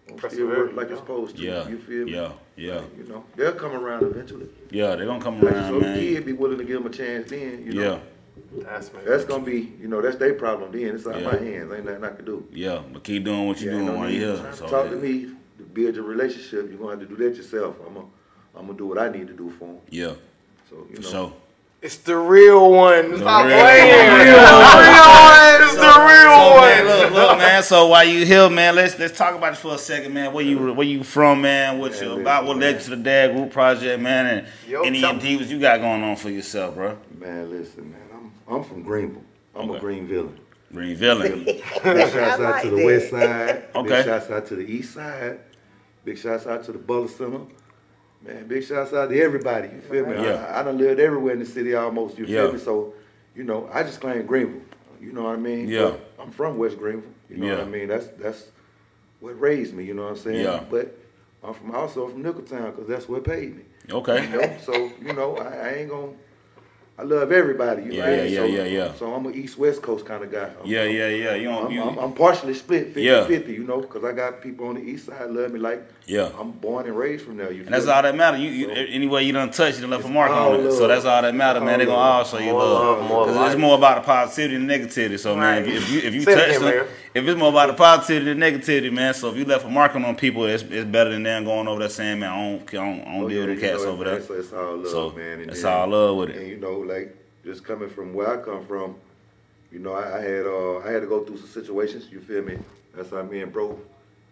[SPEAKER 7] gonna still
[SPEAKER 3] Persevere,
[SPEAKER 7] work like
[SPEAKER 3] yeah.
[SPEAKER 7] it's supposed to.
[SPEAKER 4] Yeah,
[SPEAKER 7] You feel me?
[SPEAKER 4] yeah, yeah,
[SPEAKER 7] You know, they'll come around eventually.
[SPEAKER 4] yeah. They gonna come
[SPEAKER 7] Like, so
[SPEAKER 4] around,
[SPEAKER 7] the
[SPEAKER 4] man.
[SPEAKER 7] kid be willing to give them a chance then, you know.
[SPEAKER 4] Yeah.
[SPEAKER 3] That's me.
[SPEAKER 7] That's gonna be, you know, that's their problem then. It's out of
[SPEAKER 4] Yeah.
[SPEAKER 7] my hands. Ain't nothing I can do.
[SPEAKER 4] Yeah, but keep doing what you're
[SPEAKER 7] Yeah,
[SPEAKER 4] doing
[SPEAKER 7] no
[SPEAKER 4] while
[SPEAKER 7] need
[SPEAKER 4] you're
[SPEAKER 7] to
[SPEAKER 4] here.
[SPEAKER 7] try to
[SPEAKER 4] So,
[SPEAKER 7] talk
[SPEAKER 4] yeah.
[SPEAKER 7] to me to build your relationship. You're gonna have to do that yourself. I'm gonna, I'm gonna do what I need to do for them.
[SPEAKER 4] Yeah,
[SPEAKER 7] So you
[SPEAKER 4] for
[SPEAKER 7] know,
[SPEAKER 4] sure.
[SPEAKER 3] It's the real one. Stop
[SPEAKER 4] real
[SPEAKER 3] playing.
[SPEAKER 4] one.
[SPEAKER 3] It's the real one. It's the
[SPEAKER 4] So, man,
[SPEAKER 3] real
[SPEAKER 4] look, look, man. So while you here, man, let's let's talk about it for a second, man. Where you where you from, man? What you
[SPEAKER 7] Man,
[SPEAKER 4] about? What led you
[SPEAKER 7] listen,
[SPEAKER 4] to the Dad Group Project, man? And
[SPEAKER 3] Yo,
[SPEAKER 4] any
[SPEAKER 3] tell
[SPEAKER 4] divas you got going on for yourself, bro?
[SPEAKER 7] man, listen, man. I'm, I'm from Greenville. I'm
[SPEAKER 4] Okay.
[SPEAKER 7] a Green villain.
[SPEAKER 4] Green Villain.
[SPEAKER 7] Big shouts out to the West Side.
[SPEAKER 4] Okay.
[SPEAKER 7] Big shouts out to the East Side. Big shouts out to the Butler Center. Man, big shouts out to everybody. You feel me?
[SPEAKER 4] Yeah.
[SPEAKER 7] I, I done lived everywhere in the city almost. You
[SPEAKER 4] Yeah.
[SPEAKER 7] feel me? So, you know, I just claim Greenville. You know what I mean?
[SPEAKER 4] Yeah.
[SPEAKER 7] But I'm from West Greenville. You know
[SPEAKER 4] Yeah.
[SPEAKER 7] what I mean? That's that's what raised me. You know what I'm saying?
[SPEAKER 4] Yeah.
[SPEAKER 7] But I'm from also from Nickeltown because that's what paid me.
[SPEAKER 4] Okay.
[SPEAKER 7] You know? so you know, I, I ain't gonna. I love everybody. You
[SPEAKER 4] Yeah,
[SPEAKER 7] know?
[SPEAKER 4] yeah, yeah,
[SPEAKER 7] so,
[SPEAKER 4] yeah, yeah.
[SPEAKER 7] So I'm an East West Coast kind of guy. I'm-
[SPEAKER 4] Yeah, yeah, yeah. You don't.
[SPEAKER 7] I'm,
[SPEAKER 4] You,
[SPEAKER 7] I'm, I'm partially split 50
[SPEAKER 4] Yeah.
[SPEAKER 7] 50, you know, because I got people on the east side love me like
[SPEAKER 4] Yeah.
[SPEAKER 7] I'm born and raised from there. You
[SPEAKER 4] and that's
[SPEAKER 7] feel
[SPEAKER 4] all
[SPEAKER 7] me?
[SPEAKER 4] that matter. You, you anyway, you done touched, you done left a mark
[SPEAKER 7] all
[SPEAKER 4] on it. So
[SPEAKER 7] love.
[SPEAKER 4] that's all that matter, man. They
[SPEAKER 7] All
[SPEAKER 4] gonna all
[SPEAKER 7] love.
[SPEAKER 4] show you
[SPEAKER 3] More
[SPEAKER 4] love.
[SPEAKER 3] love, more
[SPEAKER 4] 'Cause
[SPEAKER 3] life.
[SPEAKER 4] it's more about the positivity and negativity. So man, if
[SPEAKER 6] Right.
[SPEAKER 4] you if you, if you
[SPEAKER 3] Say it
[SPEAKER 4] touch
[SPEAKER 3] again,
[SPEAKER 4] them,
[SPEAKER 3] Mayor.
[SPEAKER 4] if it's more about the positivity than negativity, man. So if you left a mark on people, it's, it's better than them going over there saying, man, I don't I don't, I don't
[SPEAKER 7] Oh,
[SPEAKER 4] deal with them
[SPEAKER 7] you
[SPEAKER 4] cats
[SPEAKER 7] know,
[SPEAKER 4] over there.
[SPEAKER 7] So it's all love,
[SPEAKER 4] So,
[SPEAKER 7] man. And
[SPEAKER 4] it's
[SPEAKER 7] then-
[SPEAKER 4] all love with it.
[SPEAKER 7] And you know, like just coming from where I come from, you know, I, I had uh, I had to go through some situations. You feel me? That's how me and bro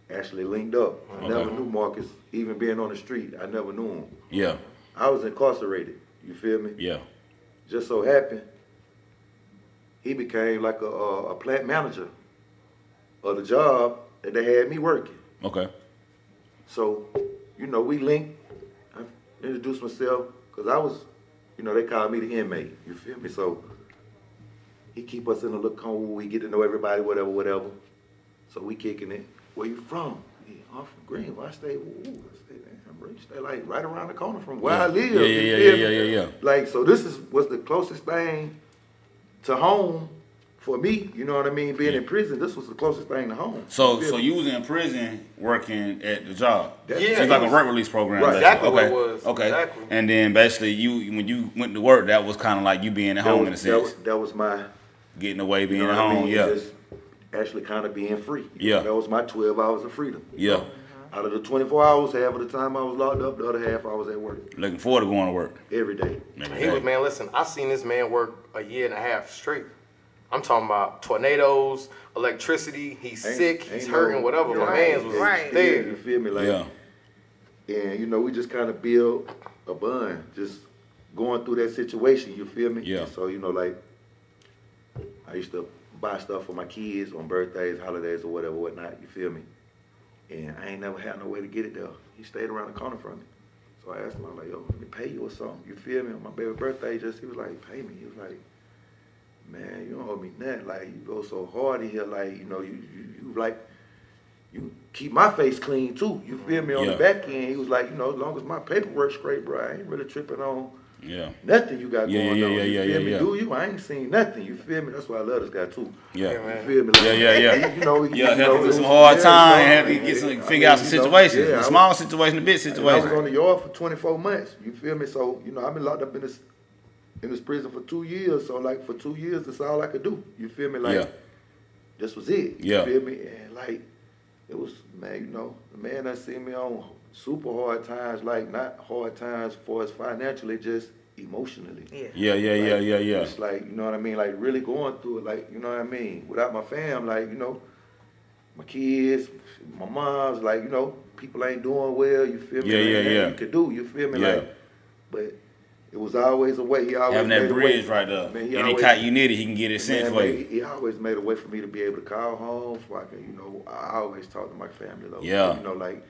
[SPEAKER 7] actually linked up. I never knew Marcus, even being on the street. I never knew him.
[SPEAKER 4] Yeah,
[SPEAKER 7] I was incarcerated. You feel me?
[SPEAKER 4] yeah,
[SPEAKER 7] just so happened he became like a, a, a plant manager of the job that they had me working.
[SPEAKER 4] okay,
[SPEAKER 7] So, you know, we linked. I introduced myself because I was, you know, they called me the inmate. You feel me? So he keep us in the look home. We get to know everybody, whatever, whatever. So we kicking it. Where you from? yeah, I'm from Greenville. I stay, ooh, I stay, damn, bro, you stay like right around the corner from where I live.
[SPEAKER 4] Yeah, yeah,
[SPEAKER 7] you
[SPEAKER 4] yeah,
[SPEAKER 7] feel
[SPEAKER 4] yeah,
[SPEAKER 7] me?
[SPEAKER 4] yeah, yeah.
[SPEAKER 7] Like, so this is what's the closest thing to home for me. You know what I mean? Being in prison, this was the closest thing to home.
[SPEAKER 4] So,
[SPEAKER 7] feel
[SPEAKER 4] so
[SPEAKER 7] me?
[SPEAKER 4] you was in prison working at the job.
[SPEAKER 7] That-
[SPEAKER 4] So it's like a work release program.
[SPEAKER 7] Right.
[SPEAKER 4] basically.
[SPEAKER 3] Exactly what
[SPEAKER 4] okay.
[SPEAKER 3] it was.
[SPEAKER 4] Okay.
[SPEAKER 3] Exactly.
[SPEAKER 4] And then basically, you when you went to work, that was kind of like you being
[SPEAKER 7] that
[SPEAKER 4] at home
[SPEAKER 7] was,
[SPEAKER 4] in a
[SPEAKER 7] that
[SPEAKER 4] sense,
[SPEAKER 7] was that was my
[SPEAKER 4] getting away, being
[SPEAKER 7] You know
[SPEAKER 4] at
[SPEAKER 7] what I
[SPEAKER 4] home.
[SPEAKER 7] mean?
[SPEAKER 4] yeah.
[SPEAKER 7] Just actually kind of being free.
[SPEAKER 4] Yeah.
[SPEAKER 7] That was my 12 hours of freedom.
[SPEAKER 4] yeah.
[SPEAKER 7] Out of the 24 hours, half of the time I was locked up, the other half I was at work
[SPEAKER 4] Looking forward to going to work.
[SPEAKER 7] every day.
[SPEAKER 4] Every
[SPEAKER 3] He
[SPEAKER 4] day.
[SPEAKER 3] was man. Listen, I seen this man work a year and a half straight. I'm talking about tornadoes, electricity. He's
[SPEAKER 7] Ain't-
[SPEAKER 3] sick.
[SPEAKER 7] ain't
[SPEAKER 3] He's
[SPEAKER 7] no-
[SPEAKER 3] hurting. Whatever.
[SPEAKER 7] you know,
[SPEAKER 3] My man's was
[SPEAKER 7] it's-
[SPEAKER 3] there.
[SPEAKER 7] You feel me? Like,
[SPEAKER 4] yeah.
[SPEAKER 7] And, you know, we just kind of build a bond, just going through that situation. You feel me?
[SPEAKER 4] Yeah.
[SPEAKER 7] And so, you know, like, I used to buy stuff for my kids on birthdays, holidays, or whatever, whatnot. You feel me? And I ain't never had no way to get it though. He stayed around the corner from me. So I asked him, I was like, yo, let me pay you or something. You feel me? On my baby birthday, just he was like, pay me. He was like, man, you don't owe me nothing. Like you go so hard in here, like you know, you you, you like you keep my face clean too. You feel me? On
[SPEAKER 4] Yeah.
[SPEAKER 7] the back end, he was like, you know, as long as my paperwork's straight, bro, I ain't really tripping on
[SPEAKER 4] Yeah.
[SPEAKER 7] nothing you got
[SPEAKER 4] Yeah,
[SPEAKER 7] going
[SPEAKER 4] yeah,
[SPEAKER 7] on.
[SPEAKER 4] yeah,
[SPEAKER 7] you
[SPEAKER 4] yeah,
[SPEAKER 7] feel
[SPEAKER 4] yeah,
[SPEAKER 7] me?
[SPEAKER 4] yeah.
[SPEAKER 7] Do you? I ain't seen nothing. You feel me? That's why I love this guy too.
[SPEAKER 4] Yeah.
[SPEAKER 3] Yeah, man.
[SPEAKER 7] You feel me? Like,
[SPEAKER 4] Yeah, yeah, yeah.
[SPEAKER 7] You know,
[SPEAKER 4] Yeah,
[SPEAKER 7] you know,
[SPEAKER 4] help you
[SPEAKER 7] it
[SPEAKER 4] through some
[SPEAKER 7] was-
[SPEAKER 4] hard
[SPEAKER 7] yeah,
[SPEAKER 4] time,
[SPEAKER 7] you know,
[SPEAKER 4] help you get
[SPEAKER 7] I
[SPEAKER 4] some,
[SPEAKER 7] mean,
[SPEAKER 4] figure out some
[SPEAKER 7] you know,
[SPEAKER 4] situations,
[SPEAKER 7] yeah, I
[SPEAKER 4] the
[SPEAKER 7] was-
[SPEAKER 4] small situation, the
[SPEAKER 7] and I
[SPEAKER 4] big
[SPEAKER 7] was
[SPEAKER 4] situation.
[SPEAKER 7] on the yard for 24 months. You feel me? So you know, I've been locked up in this in this prison for two years. So like for two years, that's all I could do. You feel me? Like
[SPEAKER 4] Yeah.
[SPEAKER 7] this was it. You
[SPEAKER 4] Yeah.
[SPEAKER 7] feel me? And like it was, man. You know, the man that seen me on super hard times, like not hard times for us financially, just emotionally.
[SPEAKER 6] Yeah.
[SPEAKER 4] Yeah, yeah, yeah,
[SPEAKER 7] Like,
[SPEAKER 4] yeah, yeah.
[SPEAKER 7] It's like, you know what I mean? Like really going through it, like, you know what I mean? Without my fam, like, you know, my kids, my mom's, like, you know, people ain't doing well, you feel me?
[SPEAKER 4] Yeah,
[SPEAKER 7] Ain't
[SPEAKER 4] yeah,
[SPEAKER 7] nothing
[SPEAKER 4] yeah.
[SPEAKER 7] You could do, you feel me?
[SPEAKER 4] Yeah.
[SPEAKER 7] Like, but it was always a way. He always
[SPEAKER 4] Having
[SPEAKER 7] made
[SPEAKER 4] that
[SPEAKER 7] a way.
[SPEAKER 4] bridge right there.
[SPEAKER 7] Man, he
[SPEAKER 4] Any
[SPEAKER 7] always-
[SPEAKER 4] cot you need it, he can get it sent
[SPEAKER 7] Man,
[SPEAKER 4] for
[SPEAKER 7] man,
[SPEAKER 4] you.
[SPEAKER 7] he, he always made a way for me to be able to call home. So I could, you know, I always talk to my family though.
[SPEAKER 4] Yeah.
[SPEAKER 7] You know, like,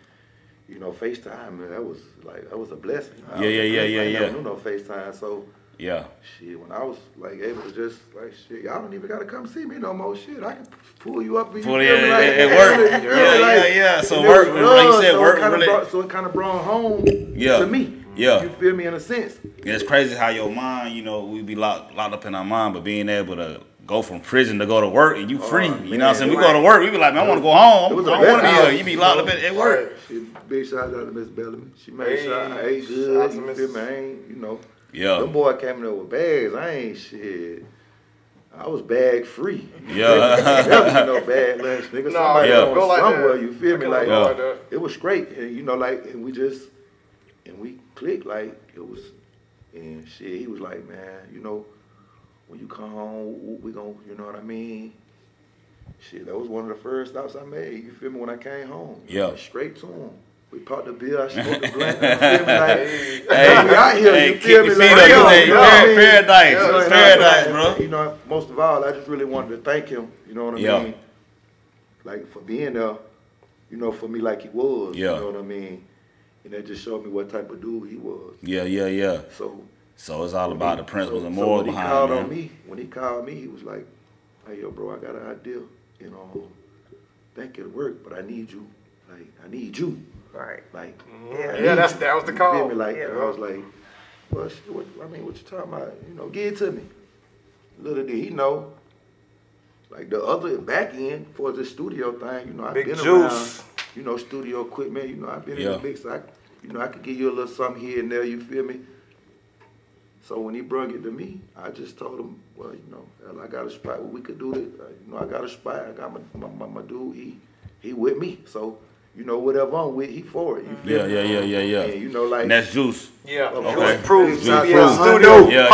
[SPEAKER 7] you know, FaceTime, man, that was like that was a blessing. I
[SPEAKER 4] Yeah, yeah,
[SPEAKER 7] was-
[SPEAKER 4] yeah, yeah,
[SPEAKER 7] I
[SPEAKER 4] yeah.
[SPEAKER 7] never knew no FaceTime, so
[SPEAKER 4] Yeah.
[SPEAKER 7] Shit, when I was like able to just like shit, y'all don't even gotta come see me no more. Shit, I can pull you up. and You
[SPEAKER 4] Pull
[SPEAKER 7] feel
[SPEAKER 4] it-
[SPEAKER 7] me,
[SPEAKER 4] it-
[SPEAKER 7] like,
[SPEAKER 4] it
[SPEAKER 7] you
[SPEAKER 4] worked.
[SPEAKER 7] feel me,
[SPEAKER 4] Yeah, yeah, yeah. So
[SPEAKER 7] And it
[SPEAKER 4] work-
[SPEAKER 7] was
[SPEAKER 4] like you
[SPEAKER 7] love,
[SPEAKER 4] said,
[SPEAKER 7] so it
[SPEAKER 4] work
[SPEAKER 7] kinda
[SPEAKER 4] really-
[SPEAKER 7] Brought, so it kind of brought home
[SPEAKER 4] Yeah.
[SPEAKER 7] to me.
[SPEAKER 4] Yeah.
[SPEAKER 7] you feel me in a sense.
[SPEAKER 4] It's crazy how your mind, you know, we be locked locked up in our mind, but being able to go from prison to go to work
[SPEAKER 7] Oh,
[SPEAKER 4] and you free. you know what I'm saying? We go to work, we be like, man, I want to go home.
[SPEAKER 7] It was
[SPEAKER 4] I
[SPEAKER 7] the
[SPEAKER 4] don't want
[SPEAKER 7] best
[SPEAKER 4] to be here.
[SPEAKER 7] house,
[SPEAKER 4] You be locked up at, at work.
[SPEAKER 7] Shit, big shout out to Miss Bellamy. She made
[SPEAKER 3] Hey,
[SPEAKER 7] sure I ate
[SPEAKER 3] shout out
[SPEAKER 7] good.
[SPEAKER 3] to
[SPEAKER 7] You
[SPEAKER 3] Miss-
[SPEAKER 7] feel me? I ain't, you know.
[SPEAKER 4] Yeah.
[SPEAKER 7] Them boy came in there with bags. I ain't shit. I was bag free.
[SPEAKER 4] Yeah.
[SPEAKER 7] There was no bad lunch, nigga. Somebody
[SPEAKER 4] yeah.
[SPEAKER 7] going
[SPEAKER 3] Go like
[SPEAKER 7] somewhere,
[SPEAKER 3] that.
[SPEAKER 7] you feel
[SPEAKER 3] I
[SPEAKER 7] me?
[SPEAKER 3] can
[SPEAKER 7] Like,
[SPEAKER 4] go like
[SPEAKER 3] that.
[SPEAKER 7] it was great. And, you know, like, and we just, and we clicked, like, it was, and shit, he was like, man, you know, when you come home, we gon' you know what I mean? Shit, that was one of the first stops I made, you feel me, when I came home.
[SPEAKER 4] Yeah.
[SPEAKER 7] Straight to him. We popped the bill, I smoked the blunt, you feel me? Like,
[SPEAKER 4] Hey,
[SPEAKER 7] we out here,
[SPEAKER 4] hey,
[SPEAKER 7] you
[SPEAKER 4] kick
[SPEAKER 7] feel
[SPEAKER 4] the
[SPEAKER 7] me?
[SPEAKER 4] feet
[SPEAKER 7] Like,
[SPEAKER 4] up,
[SPEAKER 7] yo,
[SPEAKER 4] man.
[SPEAKER 7] you know what I mean?
[SPEAKER 4] Paradise.
[SPEAKER 7] Yeah,
[SPEAKER 4] It's
[SPEAKER 7] and
[SPEAKER 4] paradise,
[SPEAKER 7] I-
[SPEAKER 4] bro.
[SPEAKER 7] You know, most of all, I just really wanted to thank him. You know what I
[SPEAKER 4] Yeah.
[SPEAKER 7] mean? Like for being there, you know, for me like he was.
[SPEAKER 4] Yeah.
[SPEAKER 7] You know what I mean? And that just showed me what type of dude he was.
[SPEAKER 4] Yeah, yeah, yeah.
[SPEAKER 7] So
[SPEAKER 4] So it's all about the principles
[SPEAKER 7] so-
[SPEAKER 4] and
[SPEAKER 7] so
[SPEAKER 4] morals
[SPEAKER 7] when he
[SPEAKER 4] behind
[SPEAKER 7] called
[SPEAKER 4] it.
[SPEAKER 7] on
[SPEAKER 4] man.
[SPEAKER 7] me, when he called me, he was like, "Hey, yo, bro, I got an idea. You know, think it'll work, but I need you. Like, I need you.
[SPEAKER 6] Right.
[SPEAKER 7] Like,
[SPEAKER 3] Yeah,
[SPEAKER 7] I
[SPEAKER 3] yeah,
[SPEAKER 7] need
[SPEAKER 3] that's-
[SPEAKER 7] you.
[SPEAKER 3] that was the
[SPEAKER 7] You
[SPEAKER 3] call.
[SPEAKER 7] Feel me? Like,
[SPEAKER 6] Yeah.
[SPEAKER 7] and I was like, well, shit, what, I mean, what you talking about? You know, get it to me. Little did he know. Like the other back end for this studio thing, you know, I've
[SPEAKER 3] Big
[SPEAKER 7] been
[SPEAKER 3] juice.
[SPEAKER 7] around, you know, studio equipment, you know, I've been in
[SPEAKER 4] Yeah.
[SPEAKER 7] the mix. I, you know, I could give you a little something here and there. You feel me? So when he brought it to me, I just told him, well, you know, hell, I got a spot where we could do it. Uh, You know, I got a spot. I got my my, my, my dude. He he with me. So you know, whatever I'm with, he for it. You feel me?
[SPEAKER 4] Yeah, yeah, yeah, yeah, yeah.
[SPEAKER 7] And you know, like
[SPEAKER 4] And that's juice.
[SPEAKER 3] Yeah.
[SPEAKER 7] Okay.
[SPEAKER 3] It was proof to
[SPEAKER 4] Just
[SPEAKER 3] be in the
[SPEAKER 4] proof.
[SPEAKER 3] studio.
[SPEAKER 4] Yeah, yeah, yeah.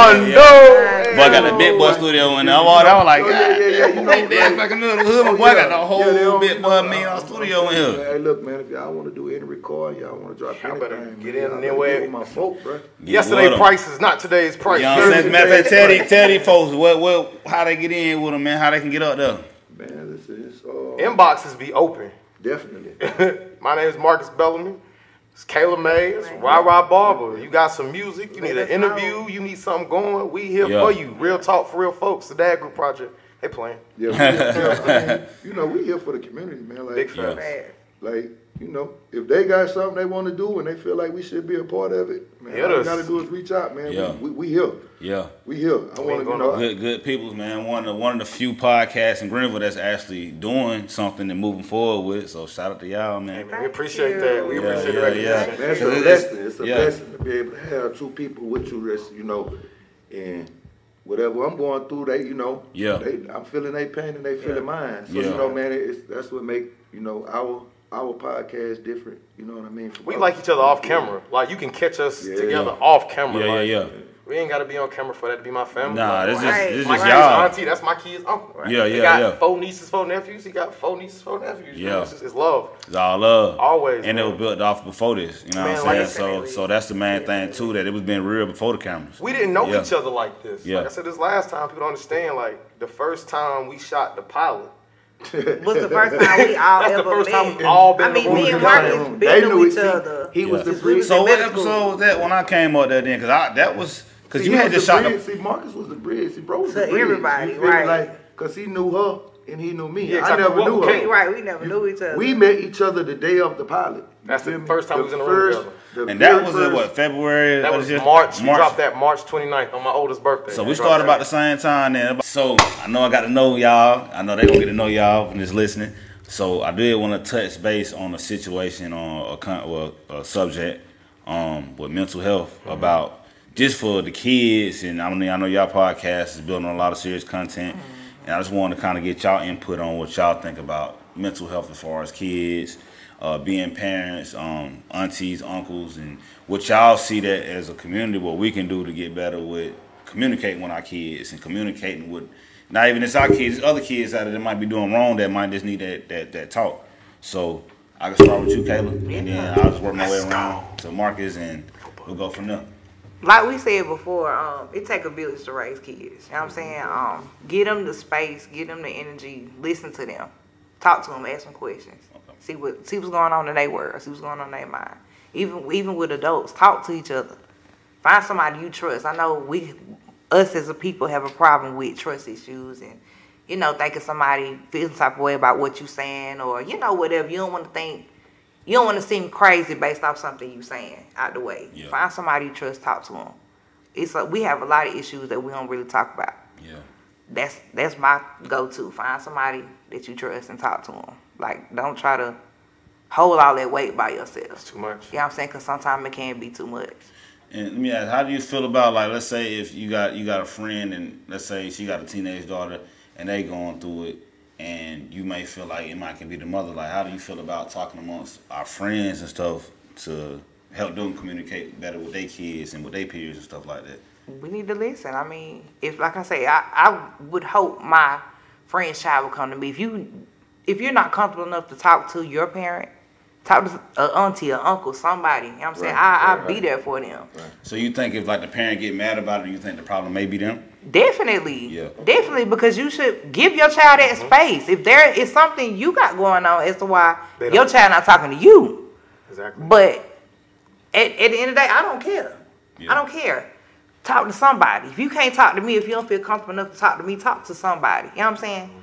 [SPEAKER 3] Hundo.
[SPEAKER 4] Boy, I got the big boy studio in there. I walked out like,
[SPEAKER 7] Oh, yeah, yeah, yeah,
[SPEAKER 4] God,
[SPEAKER 7] you
[SPEAKER 4] damn,
[SPEAKER 7] know,
[SPEAKER 4] big damn
[SPEAKER 7] like-
[SPEAKER 4] fucking little hood. My
[SPEAKER 7] Oh,
[SPEAKER 4] boy
[SPEAKER 7] yeah.
[SPEAKER 4] got the
[SPEAKER 7] Yeah, they
[SPEAKER 4] whole
[SPEAKER 7] don't-
[SPEAKER 4] big boy
[SPEAKER 7] I'm-
[SPEAKER 4] million dollar
[SPEAKER 7] I'm-
[SPEAKER 4] studio in here.
[SPEAKER 7] Hey, look, man, if y'all want to do any recording, y'all want to drop
[SPEAKER 3] Y'all
[SPEAKER 7] anything,
[SPEAKER 3] better
[SPEAKER 7] man,
[SPEAKER 3] get in
[SPEAKER 7] y'all
[SPEAKER 3] there
[SPEAKER 7] better get
[SPEAKER 3] with-
[SPEAKER 7] with my folk, bro.
[SPEAKER 4] What
[SPEAKER 3] Yesterday
[SPEAKER 4] up?
[SPEAKER 3] price is not today's price.
[SPEAKER 4] You know what I'm saying?
[SPEAKER 7] Thursday,
[SPEAKER 4] Matter of fact,
[SPEAKER 7] Thursday.
[SPEAKER 4] Teddy, Teddy folks, what, what, how they get in with them, man? How they can get up there?
[SPEAKER 7] Man, this is uh,
[SPEAKER 3] Inboxes be open.
[SPEAKER 7] definitely.
[SPEAKER 3] My name is Marcus Bellamy. It's Kayla May. It's Ra Ra Barber. You got some music. You need an interview. You need something going. We here
[SPEAKER 4] Yeah.
[SPEAKER 3] for you. Real talk for real folks. The Dad Group Project. They playing.
[SPEAKER 7] Yeah, we here, I mean, you know, we here for the community, man. Like,
[SPEAKER 3] Big facts.
[SPEAKER 6] Bad.
[SPEAKER 7] like you know, if they got something they want to do and they feel like we should be a part of it, man,
[SPEAKER 3] Yeah,
[SPEAKER 7] all we
[SPEAKER 3] that's-
[SPEAKER 7] gotta do is reach out, man.
[SPEAKER 4] Yeah.
[SPEAKER 7] We, we, we here.
[SPEAKER 4] Yeah.
[SPEAKER 7] We here. I want to, you
[SPEAKER 3] gonna-
[SPEAKER 7] know,
[SPEAKER 4] Good, good people, man. One of the, one of the few podcasts in Greenville that's actually doing something and moving forward with it. So shout out to y'all,
[SPEAKER 3] Hey,
[SPEAKER 4] man.
[SPEAKER 3] man, we appreciate
[SPEAKER 6] you.
[SPEAKER 3] that. We
[SPEAKER 4] Yeah,
[SPEAKER 3] appreciate
[SPEAKER 4] yeah,
[SPEAKER 3] the
[SPEAKER 4] yeah.
[SPEAKER 3] recognition.
[SPEAKER 7] Man, it's a
[SPEAKER 4] Cause it-
[SPEAKER 7] blessing. It's a
[SPEAKER 4] yeah.
[SPEAKER 7] blessing to be able to have two people with you that's, you know, and whatever I'm going through, they, you know,
[SPEAKER 4] Yeah.
[SPEAKER 7] they, I'm feeling they pain and they feeling mine. So,
[SPEAKER 4] Yeah.
[SPEAKER 7] you know, man, it's, that's what make, you know, our our podcast different. You know what I mean? from
[SPEAKER 3] We
[SPEAKER 7] others.
[SPEAKER 3] like each other off camera. Like you can catch us
[SPEAKER 7] Yeah.
[SPEAKER 3] together off camera.
[SPEAKER 4] Yeah,
[SPEAKER 3] like,
[SPEAKER 4] yeah, yeah.
[SPEAKER 3] We ain't gotta be on camera for that to be my family.
[SPEAKER 4] Nah,
[SPEAKER 3] Like,
[SPEAKER 4] this is
[SPEAKER 3] my-
[SPEAKER 4] this is
[SPEAKER 3] my
[SPEAKER 4] just
[SPEAKER 3] kid's
[SPEAKER 4] y'all.
[SPEAKER 3] auntie. That's my kid's uncle. Right?
[SPEAKER 4] Yeah,
[SPEAKER 3] he
[SPEAKER 4] yeah,
[SPEAKER 3] got
[SPEAKER 4] yeah.
[SPEAKER 3] Four nieces, four nephews. He got four nieces, four nephews.
[SPEAKER 4] Yeah.
[SPEAKER 3] Yeah, it's, just- it's love.
[SPEAKER 4] It's all love.
[SPEAKER 3] Always,
[SPEAKER 4] And it
[SPEAKER 3] man.
[SPEAKER 4] was built off before this. You know
[SPEAKER 3] Man,
[SPEAKER 4] what I'm
[SPEAKER 3] like I
[SPEAKER 4] saying? So so that's the main thing too, that it was being real before the cameras.
[SPEAKER 3] We didn't know
[SPEAKER 4] Yeah.
[SPEAKER 3] each other like this.
[SPEAKER 4] Yeah.
[SPEAKER 3] Like I said this last time, people don't understand. Like the first time we shot the pilot,
[SPEAKER 8] was the first time we all
[SPEAKER 3] That's the
[SPEAKER 8] ever
[SPEAKER 3] first
[SPEAKER 8] met.
[SPEAKER 3] time we've all been
[SPEAKER 8] I mean,
[SPEAKER 3] in a room
[SPEAKER 8] me and
[SPEAKER 3] together.
[SPEAKER 8] Marcus
[SPEAKER 7] They
[SPEAKER 8] been
[SPEAKER 7] knew
[SPEAKER 8] to
[SPEAKER 7] it.
[SPEAKER 8] each
[SPEAKER 7] See,
[SPEAKER 8] other.
[SPEAKER 7] He was
[SPEAKER 4] Yeah.
[SPEAKER 7] the bridge.
[SPEAKER 4] So what
[SPEAKER 8] medical.
[SPEAKER 4] episode was that when I came up there then? Cause I that was cause
[SPEAKER 7] See,
[SPEAKER 4] you
[SPEAKER 7] he
[SPEAKER 4] had
[SPEAKER 7] was
[SPEAKER 4] just
[SPEAKER 7] the
[SPEAKER 4] shot
[SPEAKER 7] bridge.
[SPEAKER 4] the
[SPEAKER 7] See, Marcus was the bridge. See, bro was
[SPEAKER 8] To
[SPEAKER 7] the bridge.
[SPEAKER 8] everybody,
[SPEAKER 7] You feel me?
[SPEAKER 8] right.
[SPEAKER 7] Like, Cause he knew her and he knew me.
[SPEAKER 3] Yeah, exactly.
[SPEAKER 7] I never
[SPEAKER 3] Well,
[SPEAKER 7] knew
[SPEAKER 3] okay.
[SPEAKER 7] her.
[SPEAKER 8] Right, we never knew each other.
[SPEAKER 7] We met each other the day of the pilot. You
[SPEAKER 3] That's the
[SPEAKER 7] feel me?
[SPEAKER 3] first time we was in a room
[SPEAKER 7] first-
[SPEAKER 3] together.
[SPEAKER 7] the
[SPEAKER 4] and that
[SPEAKER 7] very
[SPEAKER 4] was in
[SPEAKER 7] first-
[SPEAKER 4] what, February?
[SPEAKER 3] that
[SPEAKER 4] of
[SPEAKER 3] was
[SPEAKER 4] this year?
[SPEAKER 3] March. We dropped that March 29th on my oldest birthday.
[SPEAKER 4] So
[SPEAKER 3] We
[SPEAKER 4] we
[SPEAKER 3] dropped
[SPEAKER 4] started
[SPEAKER 3] that.
[SPEAKER 4] about the same time then. So I know I got to know y'all. I know they gonna get to know y'all from just listening. So I did want to touch base on a situation or a, con- or a subject um, with mental health
[SPEAKER 3] Mm-hmm.
[SPEAKER 4] about just for the kids. And I mean, I know y'all podcast is building a lot of serious content,
[SPEAKER 3] Mm-hmm.
[SPEAKER 4] and I just wanted to kind of get y'all input on what y'all think about mental health as far as kids. Uh, being parents, um, aunties, uncles, and what y'all see that as a community, what we can do to get better with communicating with our kids and communicating with not even it's our kids, it's other kids out there that might be doing wrong that might just need that that, that talk. So I can start with you, Caleb, and then I'll just work my way around to Marcus and we'll go from there.
[SPEAKER 6] like we said before, um, it take a village to raise kids. You know what I'm saying? Um, get them the space, get them the energy, listen to them, talk to them, ask them questions, see what see what's going on in their world, see what's going on in their mind. Even even with adults, talk to each other. Find somebody you trust. I know we, us as a people, have a problem with trust issues and. You know, thinking somebody feels type of way about what you saying, or you know, whatever. You don't want to think you don't want to seem crazy based off something you saying out the way.
[SPEAKER 4] Yeah.
[SPEAKER 6] Find somebody you trust, talk to them. It's like we have a lot of issues that we don't really talk about.
[SPEAKER 4] Yeah.
[SPEAKER 6] That's that's my go-to. Find somebody that you trust and talk to them. Like, don't try to hold all that weight by yourself.
[SPEAKER 3] Too much.
[SPEAKER 6] You know what I'm saying? Because sometimes it can be too much.
[SPEAKER 4] And let me ask, how do you feel about like let's say if you got you got a friend and let's say she got a teenage daughter and they going through it and you may feel like it might can be the mother. Like how do you feel about talking amongst our friends and stuff to help them communicate better with their kids and with their peers and stuff like that?
[SPEAKER 6] we need to listen. I mean, if like I say, I, I would hope my friend's child would come to me. If you if you're not comfortable enough to talk to your parent, talk to a auntie, a uncle, somebody. You know what I'm saying?
[SPEAKER 7] Right,
[SPEAKER 6] I,
[SPEAKER 7] right,
[SPEAKER 6] I'll be
[SPEAKER 7] right.
[SPEAKER 6] there for them.
[SPEAKER 4] So you think if like the parent get mad about it, you think the problem may be them?
[SPEAKER 6] Definitely.
[SPEAKER 4] Yeah.
[SPEAKER 6] Definitely because you should give your child that
[SPEAKER 7] Mm-hmm.
[SPEAKER 6] space. If there is something you got going on as to why
[SPEAKER 3] They don't-
[SPEAKER 6] your child not talking to you.
[SPEAKER 3] Exactly.
[SPEAKER 6] But at, at the end of the day, I don't care.
[SPEAKER 4] Yeah.
[SPEAKER 6] I don't care. Talk to somebody. If you can't talk to me, if you don't feel comfortable enough to talk to me, talk to somebody. You know what I'm saying?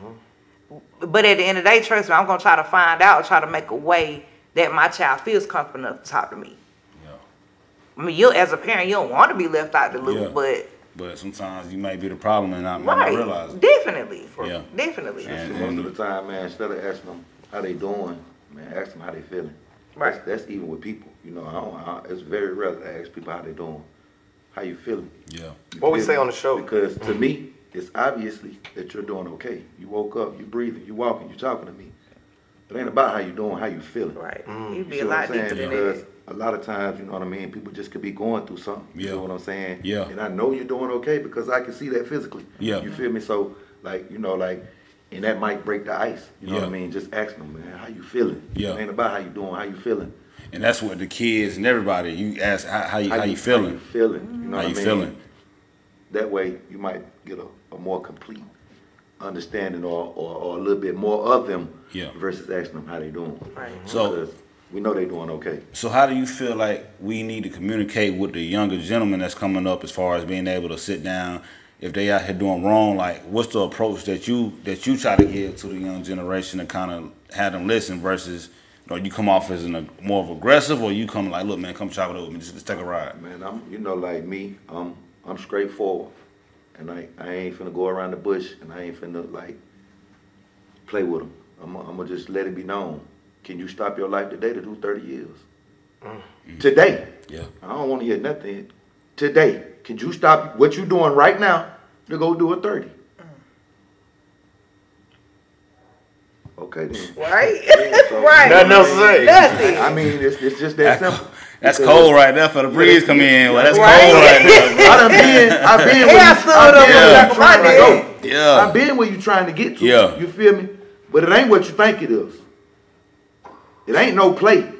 [SPEAKER 6] But at the end of the day, trust me, I'm gonna try to find out, try to make a way that my child feels comfortable enough to talk to me.
[SPEAKER 4] Yeah.
[SPEAKER 6] I mean, you as a parent, you don't want to be left out the loop,
[SPEAKER 4] Yeah.
[SPEAKER 6] but
[SPEAKER 4] But sometimes you may be the problem and not, might
[SPEAKER 6] right,
[SPEAKER 4] not realize it.
[SPEAKER 6] definitely,
[SPEAKER 4] Yeah.
[SPEAKER 6] definitely.
[SPEAKER 4] And-
[SPEAKER 7] Most of the time, man, instead of asking them how they doing, man, ask them how they feeling.
[SPEAKER 6] Right.
[SPEAKER 7] That's, that's even with people. You know, I don't, I, it's very rare that I ask people how they doing. How you feeling?
[SPEAKER 4] Yeah.
[SPEAKER 7] You
[SPEAKER 3] What we
[SPEAKER 7] feel
[SPEAKER 3] say
[SPEAKER 7] me?
[SPEAKER 3] on the show.
[SPEAKER 7] Because to me, it's obviously that you're doing okay. You woke up, you breathing, you walking, you talking to me. It ain't about how you doing, how you feeling.
[SPEAKER 6] Right, you'd
[SPEAKER 7] You
[SPEAKER 6] be
[SPEAKER 7] see
[SPEAKER 6] a
[SPEAKER 7] what
[SPEAKER 6] lot
[SPEAKER 7] I'm saying?
[SPEAKER 6] deeper than
[SPEAKER 7] Because
[SPEAKER 6] that.
[SPEAKER 7] a lot of times, you know what I mean, people just could be going through something. You
[SPEAKER 4] Yeah.
[SPEAKER 7] know what I'm saying?
[SPEAKER 4] Yeah.
[SPEAKER 7] And I know you're doing okay because I can see that physically.
[SPEAKER 4] Yeah.
[SPEAKER 7] You feel me? So like, you know, like and that might break the ice. You know what I
[SPEAKER 4] Yeah.
[SPEAKER 7] mean? Just ask them, man, how you feeling?
[SPEAKER 4] Yeah.
[SPEAKER 7] It ain't about how you doing, how you feeling.
[SPEAKER 4] And that's what the kids and everybody you ask how, how you how, you
[SPEAKER 7] How you
[SPEAKER 4] feeling?
[SPEAKER 7] feeling? You know
[SPEAKER 4] How
[SPEAKER 7] what I
[SPEAKER 4] you
[SPEAKER 7] mean?
[SPEAKER 4] feeling?
[SPEAKER 7] That way you might get a, a more complete understanding or, or, or a little bit more of them
[SPEAKER 4] Yeah.
[SPEAKER 7] versus asking them how they doing.
[SPEAKER 6] Right.
[SPEAKER 4] So-
[SPEAKER 7] Because we know they doing okay.
[SPEAKER 4] So how do you feel like we need to communicate with the younger gentleman that's coming up as far as being able to sit down if they out here doing wrong? Like, what's the approach that you that you try to give to the young generation to kind of have them listen versus or you come off as an, ag- more of aggressive, or you come like, look, man, come chop it up with me, just, just take a ride.
[SPEAKER 7] Man, I'm you know like me, I'm I'm straightforward, and I I ain't finna go around the bush, and I ain't finna like play with them. I'm i I'm gonna just let it be known. Can you stop your life today to do 30 years?
[SPEAKER 4] Mm.
[SPEAKER 7] Today,
[SPEAKER 4] Yeah.
[SPEAKER 7] I don't want to hear nothing. Today, can you stop what you doing right now to go do a 30? Okay then.
[SPEAKER 8] Right?
[SPEAKER 7] So,
[SPEAKER 8] Right.
[SPEAKER 3] Nothing else to say.
[SPEAKER 8] Nothing.
[SPEAKER 7] I mean, it's, it's just that simple.
[SPEAKER 4] That's
[SPEAKER 7] Because-
[SPEAKER 4] cold right there for the breeze come in. Well, that's
[SPEAKER 8] Right.
[SPEAKER 4] cold right there.
[SPEAKER 7] I done been, I've been where you,
[SPEAKER 8] Yeah, I stood up
[SPEAKER 7] I've been
[SPEAKER 8] on top of
[SPEAKER 7] where you
[SPEAKER 8] my
[SPEAKER 7] trying to
[SPEAKER 8] head.
[SPEAKER 7] go.
[SPEAKER 4] Yeah.
[SPEAKER 7] I've been where you trying to get to.
[SPEAKER 4] Yeah.
[SPEAKER 7] You feel me? But it ain't what you think it is. It ain't no play.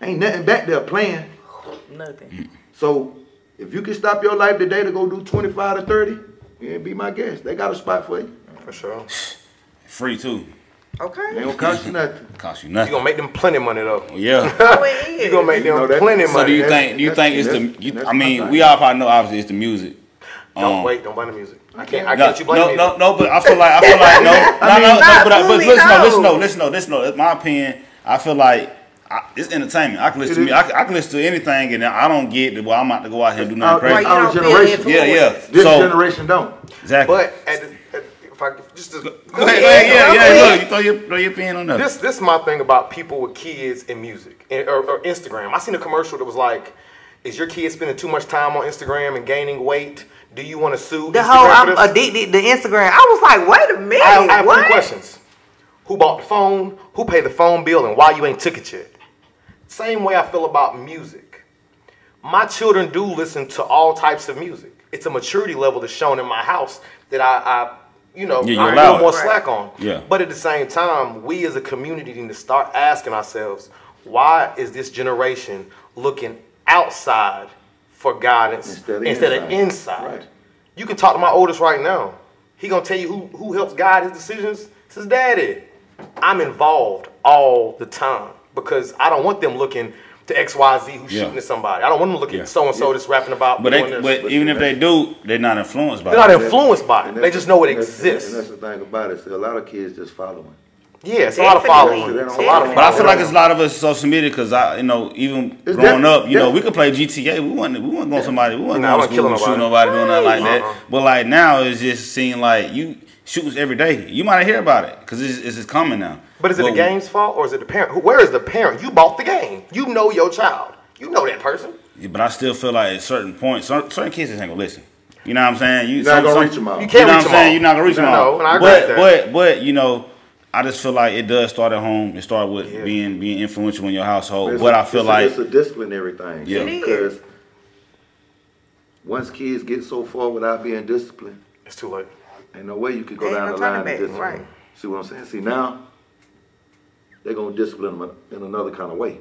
[SPEAKER 7] Ain't nothing back there playing.
[SPEAKER 8] Nothing.
[SPEAKER 7] So if you can stop your life today to go do 25 to 30, yeah, be my guest. They got a spot for you.
[SPEAKER 3] For sure.
[SPEAKER 4] Free too.
[SPEAKER 7] They
[SPEAKER 8] Okay.
[SPEAKER 7] don't cost you nothing.
[SPEAKER 4] Cost you
[SPEAKER 3] You
[SPEAKER 4] nothing.
[SPEAKER 3] gonna make them plenty money though.
[SPEAKER 4] Yeah.
[SPEAKER 8] So it is.
[SPEAKER 3] You gonna make
[SPEAKER 7] You
[SPEAKER 3] them
[SPEAKER 7] know that-
[SPEAKER 3] plenty
[SPEAKER 7] So
[SPEAKER 4] so do
[SPEAKER 3] money.
[SPEAKER 4] you
[SPEAKER 7] That's-
[SPEAKER 4] think? Do you
[SPEAKER 7] that's-
[SPEAKER 4] think it's the?
[SPEAKER 7] that's-
[SPEAKER 4] You,
[SPEAKER 7] that's
[SPEAKER 4] I
[SPEAKER 7] my
[SPEAKER 4] mean,
[SPEAKER 7] thing.
[SPEAKER 4] we all probably know obviously it's the music.
[SPEAKER 3] don't
[SPEAKER 4] Um,
[SPEAKER 3] wait. Don't buy the music. I can't. I
[SPEAKER 4] No,
[SPEAKER 3] can't. You blame me.
[SPEAKER 4] no, no, no, but I feel like I feel like no, no, no, no,
[SPEAKER 8] not
[SPEAKER 4] but, I, but
[SPEAKER 8] fully,
[SPEAKER 4] listen, no,
[SPEAKER 8] no.
[SPEAKER 4] listen, no, listen, no, listen, no. That's my opinion. I feel like I, it's entertainment. I can listen to
[SPEAKER 7] It
[SPEAKER 4] me. I, can- I can listen to anything, and I don't get that. Well, I'm about to go out here and do
[SPEAKER 3] Uh,
[SPEAKER 7] Our,
[SPEAKER 4] nothing crazy.
[SPEAKER 8] Right.
[SPEAKER 7] our
[SPEAKER 8] you don't feel
[SPEAKER 7] generation,
[SPEAKER 4] Yeah, yeah.
[SPEAKER 7] this
[SPEAKER 4] so
[SPEAKER 7] generation don't.
[SPEAKER 4] exactly.
[SPEAKER 3] But at, the- at, if I could just, just go
[SPEAKER 4] go ahead, go ahead, yeah,
[SPEAKER 8] go
[SPEAKER 4] yeah.
[SPEAKER 8] ahead.
[SPEAKER 4] Look, you throw your throw your pen on that.
[SPEAKER 3] This this my thing about people with kids and music and, or, or Instagram. I seen a commercial that was like, "Is your kid spending too much time on Instagram and gaining weight? Do you want to sue
[SPEAKER 8] The
[SPEAKER 3] Instagram
[SPEAKER 8] whole
[SPEAKER 3] for
[SPEAKER 8] I'm
[SPEAKER 3] this?"
[SPEAKER 8] addicted to Instagram. I was like, wait a minute.
[SPEAKER 3] I have, I have
[SPEAKER 8] what?
[SPEAKER 3] three questions: Who bought the phone? Who paid the phone bill? And why you ain't took it yet? Same way I feel about music. My children do listen to all types of music. It's a maturity level that's shown in my house that I, I you know,
[SPEAKER 4] Yeah, you
[SPEAKER 3] I
[SPEAKER 4] allow
[SPEAKER 3] feel more
[SPEAKER 4] it.
[SPEAKER 3] slack on.
[SPEAKER 4] Yeah.
[SPEAKER 3] But at the same time, we as a community need to start asking ourselves, why is this generation looking outside for guidance
[SPEAKER 7] Instead
[SPEAKER 3] instead
[SPEAKER 7] of
[SPEAKER 3] of,
[SPEAKER 7] inside.
[SPEAKER 3] inside?
[SPEAKER 7] Right.
[SPEAKER 3] You can talk to my oldest right now. He gonna tell you who, who helps guide his decisions. It's his daddy. I'm involved all the time because I don't want them looking to X Y Z who's
[SPEAKER 4] Yeah.
[SPEAKER 3] shooting at somebody. I don't want them looking
[SPEAKER 4] Yeah.
[SPEAKER 3] at so and so that's rapping about.
[SPEAKER 4] But
[SPEAKER 3] doing
[SPEAKER 4] they,
[SPEAKER 3] this.
[SPEAKER 4] but even if they do, they're not influenced by.
[SPEAKER 3] they're not
[SPEAKER 4] it.
[SPEAKER 3] influenced by
[SPEAKER 7] And
[SPEAKER 3] it. They
[SPEAKER 7] that's-
[SPEAKER 3] just know it
[SPEAKER 7] and that's- And
[SPEAKER 3] exists.
[SPEAKER 7] that's the thing about it. See, a lot of kids just following.
[SPEAKER 3] Yeah, it's a lot of
[SPEAKER 8] Definitely.
[SPEAKER 3] following. It's a
[SPEAKER 8] Definitely.
[SPEAKER 3] lot of.
[SPEAKER 4] But I feel
[SPEAKER 3] following.
[SPEAKER 4] like it's a lot of us social media because I, you know, even
[SPEAKER 7] It's
[SPEAKER 4] growing
[SPEAKER 7] definitely-
[SPEAKER 4] up, you know,
[SPEAKER 7] definitely.
[SPEAKER 4] we could play GTA. We wasn't, we wasn't going somebody, we wasn't
[SPEAKER 3] Nah, I
[SPEAKER 4] going
[SPEAKER 3] wasn't
[SPEAKER 4] to school,
[SPEAKER 3] killing
[SPEAKER 4] shooting nobody,
[SPEAKER 3] nobody.
[SPEAKER 4] doing nothing like
[SPEAKER 3] Uh-uh.
[SPEAKER 4] that. But like now, it's just seeing like you shoots every day. You might hear about it because it's, it's just coming now.
[SPEAKER 3] But is it the game's fault or is it the parent? Who- Where is the parent? You bought the game. You know your child. You know that person.
[SPEAKER 4] But I still feel like at certain points, certain, certain kids just ain't gonna listen. You know what I'm saying? You,
[SPEAKER 7] You're not gonna reach 'em all.
[SPEAKER 3] You can't
[SPEAKER 4] You know what
[SPEAKER 3] reach
[SPEAKER 4] I'm
[SPEAKER 3] them all.
[SPEAKER 4] saying? You're not gonna reach them
[SPEAKER 3] No,
[SPEAKER 4] all.
[SPEAKER 3] no, and I agree
[SPEAKER 4] but,
[SPEAKER 3] with
[SPEAKER 4] but
[SPEAKER 3] that.
[SPEAKER 4] but you know, I just feel like it does start at home. It start with being being influential in your household.
[SPEAKER 7] It's
[SPEAKER 4] But
[SPEAKER 7] a-
[SPEAKER 4] I feel
[SPEAKER 7] it's
[SPEAKER 4] like
[SPEAKER 7] a, it's a disciplinary thing.
[SPEAKER 4] Yeah. It
[SPEAKER 8] is.
[SPEAKER 7] Because once kids get so far without being disciplined,
[SPEAKER 3] It's too late.
[SPEAKER 7] ain't no way you can go
[SPEAKER 8] Ain't
[SPEAKER 7] down
[SPEAKER 8] no
[SPEAKER 7] the
[SPEAKER 8] turning
[SPEAKER 7] line
[SPEAKER 8] back,
[SPEAKER 7] and discipline.
[SPEAKER 8] right.
[SPEAKER 7] See what I'm saying? See now, they're gonna discipline them in another kind of way.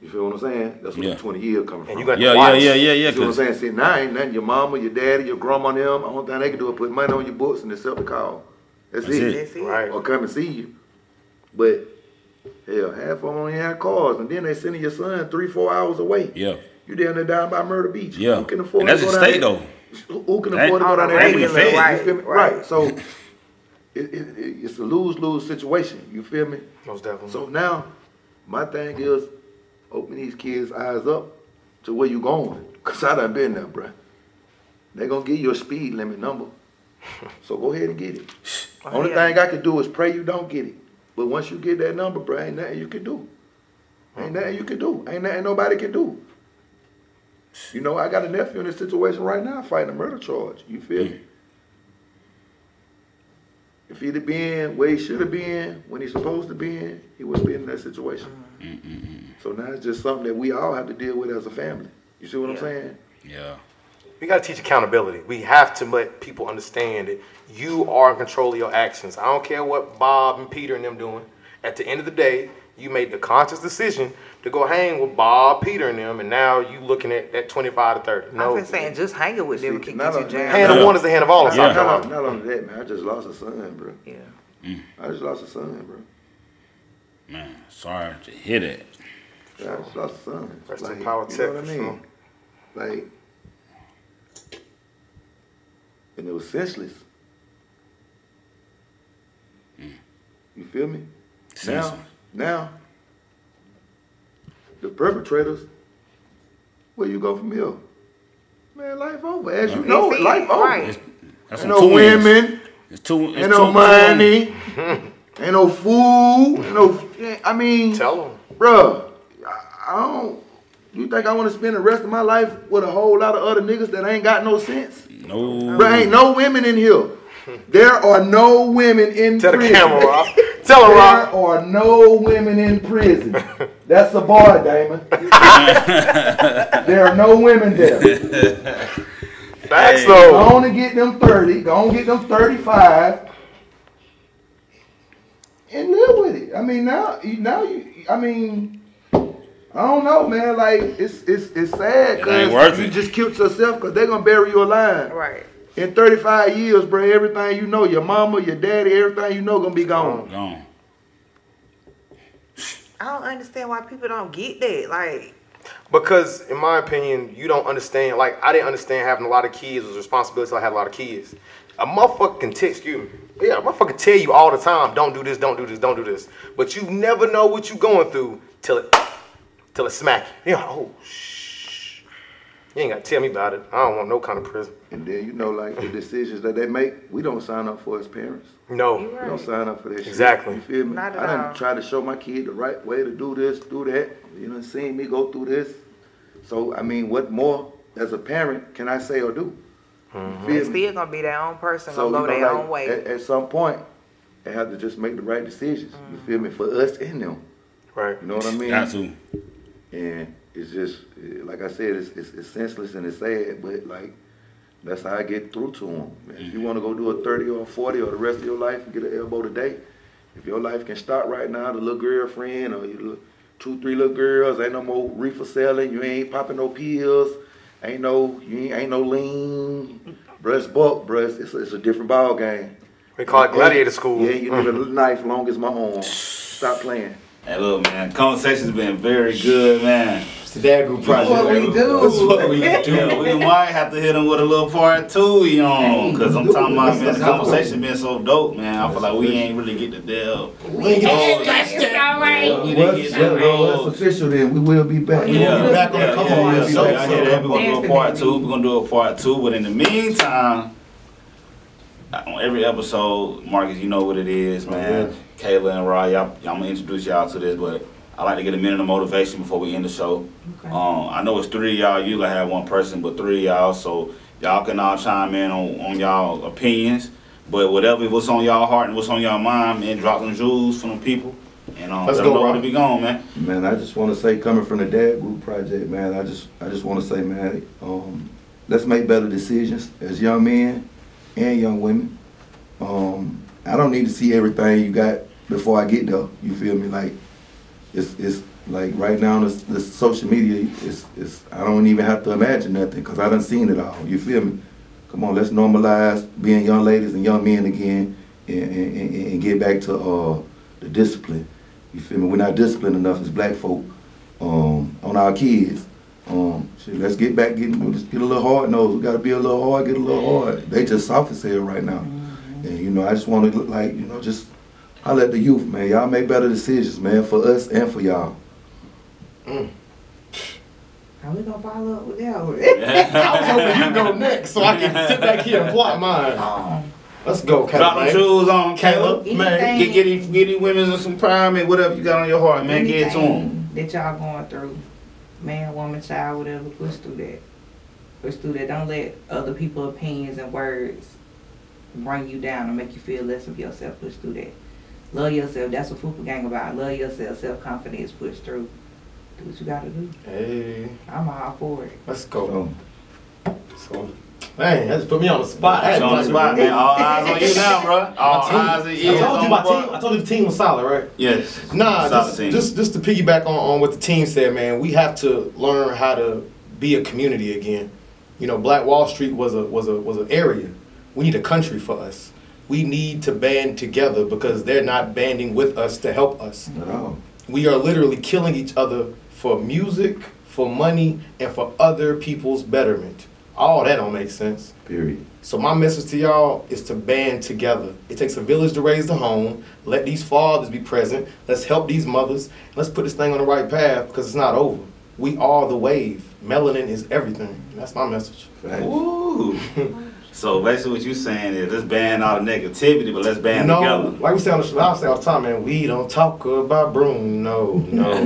[SPEAKER 7] You feel what I'm saying? That's where
[SPEAKER 4] Yeah.
[SPEAKER 7] the 20 year coming from.
[SPEAKER 3] And you got
[SPEAKER 4] yeah,
[SPEAKER 3] to
[SPEAKER 4] yeah,
[SPEAKER 3] watch.
[SPEAKER 4] yeah, yeah, yeah.
[SPEAKER 7] You see what I'm
[SPEAKER 4] 'cause-
[SPEAKER 7] saying? See, now ain't nothing. Your mama, your daddy, your grandma, and them. Only thing they can do is put money on your books and they sell the call. That's,
[SPEAKER 4] That's
[SPEAKER 7] it.
[SPEAKER 4] it.
[SPEAKER 8] That's it.
[SPEAKER 3] Right.
[SPEAKER 7] Or come and see you. But hell, half of them only have cars, and then they sending your son three, four hours away.
[SPEAKER 4] Yeah.
[SPEAKER 7] You down there down by Murder Beach.
[SPEAKER 4] Yeah.
[SPEAKER 7] Who can afford
[SPEAKER 4] And that's
[SPEAKER 7] to go
[SPEAKER 4] a
[SPEAKER 7] down
[SPEAKER 4] state,
[SPEAKER 7] there?
[SPEAKER 4] though.
[SPEAKER 7] Who who can
[SPEAKER 4] That-
[SPEAKER 7] afford to go down there?
[SPEAKER 4] that
[SPEAKER 7] every
[SPEAKER 4] ain't
[SPEAKER 7] day?
[SPEAKER 4] fair.
[SPEAKER 7] You feel me?
[SPEAKER 8] Right,
[SPEAKER 7] Right. So it, it, it, it's a lose lose situation. You feel me?
[SPEAKER 3] Most definitely.
[SPEAKER 7] So now, my thing is, open these kids' eyes up to where you going. Cause I done been there, bruh. They gonna give you a speed limit number. So go ahead and get it. Only
[SPEAKER 8] Oh, yeah.
[SPEAKER 7] thing I can do is pray you don't get it. But once you get that number, bruh, ain't nothing you can do. Ain't nothing you can do. Ain't nothing nobody can do. You know, I got a nephew in this situation right now fighting a murder charge. You feel
[SPEAKER 8] Mm.
[SPEAKER 7] me? If he'd have been where he should have been, when he's supposed to be in, he wouldn't be in that situation.
[SPEAKER 8] Mm.
[SPEAKER 7] So now it's just something that we all have to deal with as a family. You see what I'm
[SPEAKER 8] Yeah.
[SPEAKER 7] saying?
[SPEAKER 4] Yeah.
[SPEAKER 3] We got to teach accountability. We have to let people understand that you are in control of your actions. I don't care what Bob and Peter and them doing. At the end of the day, you made the conscious decision to go hang with Bob, Peter, and them, and now you looking at that 25 to 30.
[SPEAKER 8] I'm
[SPEAKER 3] No,
[SPEAKER 8] just saying, just hanging with them
[SPEAKER 7] See,
[SPEAKER 8] and keep
[SPEAKER 7] not
[SPEAKER 8] you
[SPEAKER 7] a-
[SPEAKER 8] jammed.
[SPEAKER 3] hand
[SPEAKER 4] Yeah.
[SPEAKER 3] of one is the hand of all. in South
[SPEAKER 4] Oh, Yeah.
[SPEAKER 7] Not,
[SPEAKER 3] Carolina.
[SPEAKER 7] not only that, man, I just lost a son, bro.
[SPEAKER 8] Yeah.
[SPEAKER 7] I just lost a son, bro.
[SPEAKER 4] Man, sorry to hit it.
[SPEAKER 7] I just lost a son.
[SPEAKER 3] Rest in power,
[SPEAKER 7] you know what I
[SPEAKER 3] Tech, for
[SPEAKER 7] mean? Like, and it was senseless. You feel me?
[SPEAKER 4] Mm. Senseless.
[SPEAKER 7] Now, now, the perpetrators, where you go from here? Man, life over. As you
[SPEAKER 6] That's
[SPEAKER 7] know,
[SPEAKER 6] it,
[SPEAKER 7] life over.
[SPEAKER 6] right.
[SPEAKER 4] It's, that's
[SPEAKER 7] Ain't no
[SPEAKER 4] some two ends.
[SPEAKER 7] women,
[SPEAKER 4] It's two. It's
[SPEAKER 7] ain't
[SPEAKER 4] two,
[SPEAKER 7] no
[SPEAKER 4] two ends.
[SPEAKER 7] money, ain't no food, ain't no. I mean,
[SPEAKER 3] Tell them.
[SPEAKER 7] Bruh, I, I don't. You think I want to spend the rest of my life with a whole lot of other niggas that ain't got no sense?
[SPEAKER 4] No.
[SPEAKER 3] Mm-hmm.
[SPEAKER 7] Bruh, ain't no women in here. There are no women in
[SPEAKER 3] Tell the
[SPEAKER 7] prison.
[SPEAKER 3] camera, Rob. Tell her,
[SPEAKER 7] There
[SPEAKER 3] Rob.
[SPEAKER 7] are no women in prison. That's a bar, Damon. there are no women there.
[SPEAKER 3] Facts
[SPEAKER 7] Go
[SPEAKER 3] though.
[SPEAKER 7] on and get them 30. Go on and get them 35. And live with it. I mean, now, you- now you, I mean, I don't know, man. Like, it's it's it's sad
[SPEAKER 4] It ain't worth
[SPEAKER 7] you
[SPEAKER 4] it.
[SPEAKER 7] just killed yourself because they're gonna bury you alive.
[SPEAKER 6] Right.
[SPEAKER 7] In 35 years, bro, everything you know, your mama, your daddy, everything you know, gonna be gone.
[SPEAKER 4] Gone.
[SPEAKER 8] I don't understand why people don't get that. Like,
[SPEAKER 3] Because in my opinion, you don't understand. Like I didn't understand having a lot of kids was a responsibility. So I had a lot of kids. A motherfucker can text you. Yeah, a motherfucker tell you all the time, don't do this, don't do this, don't do this. But you never know what you going through till it till it smack you. You're like, oh shh. You ain't gotta tell me about it. I don't want no kind of prison.
[SPEAKER 7] And then you know, like the decisions that they make, we don't sign up for as parents.
[SPEAKER 3] No.
[SPEAKER 7] We don't sign up for that shit.
[SPEAKER 3] Exactly.
[SPEAKER 7] You feel me?
[SPEAKER 6] Not at
[SPEAKER 7] I done
[SPEAKER 6] all.
[SPEAKER 7] tried to show my kid the right way to do this, do that. You know, seeing me go through this. So I mean, what more as a parent can I say or do? You
[SPEAKER 6] It's
[SPEAKER 7] feel me?
[SPEAKER 6] still gonna be their own person,
[SPEAKER 7] So
[SPEAKER 6] gonna go
[SPEAKER 7] you know,
[SPEAKER 6] their
[SPEAKER 7] like,
[SPEAKER 6] own way.
[SPEAKER 7] At, at some point, they have to just make the right decisions. You feel me? For us and them.
[SPEAKER 3] Right.
[SPEAKER 7] You know what I mean?
[SPEAKER 4] Got to.
[SPEAKER 7] and it's just eh, like I said, it's, it's, it's senseless and it's sad, but like that's how I get through to them. If
[SPEAKER 3] Mm-hmm.
[SPEAKER 7] you want to go do a thirty or a forty or the rest of your life and get an elbow today, if your life can start right now, the little girlfriend or your little, two, three little girls, ain't no more reefer selling, you ain't popping no pills, ain't no you ain't, ain't no lean, bruh, it's buck, bruh, it's, it's a, it's a different ball game.
[SPEAKER 3] We call it gladiator school. Mm-hmm.
[SPEAKER 7] Yeah, you need a knife long as my arm. Stop playing.
[SPEAKER 4] Hey, look, man. Conversation's been very good, man.
[SPEAKER 5] It's the Dad Group Project.
[SPEAKER 4] What
[SPEAKER 5] baby.
[SPEAKER 4] we
[SPEAKER 6] do.
[SPEAKER 5] That's what we
[SPEAKER 4] Yeah,
[SPEAKER 5] do.
[SPEAKER 4] we might have to hit him with a little part two, you know, because I'm talking about, man, the conversation been so dope, man. I feel like we ain't really get to delve.
[SPEAKER 5] We ain't
[SPEAKER 4] Oh,
[SPEAKER 5] get-
[SPEAKER 4] We didn't get to delve.
[SPEAKER 7] official then. We will be back.
[SPEAKER 4] Yeah,
[SPEAKER 5] We'll be back on the
[SPEAKER 4] yeah,
[SPEAKER 5] Come
[SPEAKER 4] yeah,
[SPEAKER 5] On
[SPEAKER 4] yeah.
[SPEAKER 5] episode.
[SPEAKER 4] So y'all hear that? We're gonna do a part two. We're gonna do a part two. But in the meantime, on every episode, Marcus, you know what it is,
[SPEAKER 5] Oh,
[SPEAKER 4] man. Kayla and Rod, y'all, y'all, I'm gonna introduce y'all to this, but I like to get a minute of motivation before we end the show. Um, I know it's three of y'all. You gonna have one person, but three of y'all, so y'all can all chime in on, on y'all opinions. But whatever, what's on y'all heart and what's on y'all mind, man, drop them jewels from the people. And um,
[SPEAKER 3] Let's
[SPEAKER 4] let 'em
[SPEAKER 3] go,
[SPEAKER 4] know where to
[SPEAKER 3] Rod.
[SPEAKER 4] be gone, man.
[SPEAKER 7] Man, I just want to say, coming from the Dad Group Project, man, I just, I just want to say, man, um, let's make better decisions as young men and young women. Um, I don't need to see everything you got before I get there. You feel me? Like, it's, it's like right now, this, this social media, it's, it's, I don't even have to imagine nothing because I done seen it all. You feel me? Come on, let's normalize being young ladies and young men again, and, and, and, and get back to uh, the discipline. You feel me? We're not disciplined enough as black folk um, on our kids. Um, shit, let's get back, get, let's get a little hard nosed. We gotta be a little hard, get a little hard. They just soft as hell right now.
[SPEAKER 3] Mm-hmm.
[SPEAKER 7] And you know, I just want to look like, you know, just I let the youth, man. Y'all make better decisions, man, for us and for y'all.
[SPEAKER 8] how we gonna follow up with that?
[SPEAKER 5] I was hoping you go next so I can sit back here and plot mine. Let's go,
[SPEAKER 4] Drop them
[SPEAKER 5] Caleb.
[SPEAKER 4] jewels on Caleb.
[SPEAKER 5] Caleb, man.
[SPEAKER 4] Get get these, get these women some prime and whatever you got on your heart, man. Get it to them.
[SPEAKER 6] Anything That y'all going through, man, woman, child, whatever, push through that. Push through that. Don't let other people's opinions and words bring you down or make you feel less of yourself. Push through that. Love yourself. That's what Fupa Gang about. Love yourself. Self confidence. Push through. Do what you gotta do.
[SPEAKER 5] Hey,
[SPEAKER 6] I'm all for it.
[SPEAKER 5] let's go.
[SPEAKER 7] So,
[SPEAKER 5] So, man, that just put me on the spot.
[SPEAKER 4] Put you on the spot, man. All eyes on you now, bro. All eyes on you.
[SPEAKER 5] I told you my team. I
[SPEAKER 4] bro.
[SPEAKER 5] told you the team was solid, right?
[SPEAKER 4] Yes.
[SPEAKER 5] Nah,
[SPEAKER 4] Solid
[SPEAKER 5] just,
[SPEAKER 4] team.
[SPEAKER 5] just just to piggyback on, on what the team said, man, we have to learn how to be a community again. You know, Black Wall Street was a was a was an area. We need a country for us. We need to band together because they're not banding with us to help us.
[SPEAKER 7] at all.
[SPEAKER 5] We are literally killing each other for music, for money, and for other people's betterment.
[SPEAKER 3] All that don't make sense.
[SPEAKER 7] Period.
[SPEAKER 3] So my message to y'all is to band together. It takes a village to raise the home. Let these fathers be present. Let's help these mothers. Let's put this thing on the right path because it's not over. We are the wave. Melanin is everything. That's my message.
[SPEAKER 7] Facts.
[SPEAKER 4] Ooh. so basically, what you're saying is let's ban all the negativity, but let's
[SPEAKER 3] You
[SPEAKER 4] ban
[SPEAKER 3] know,
[SPEAKER 4] together.
[SPEAKER 3] like we say on the show, I say all the time, man, we don't talk about Bruno. No, no,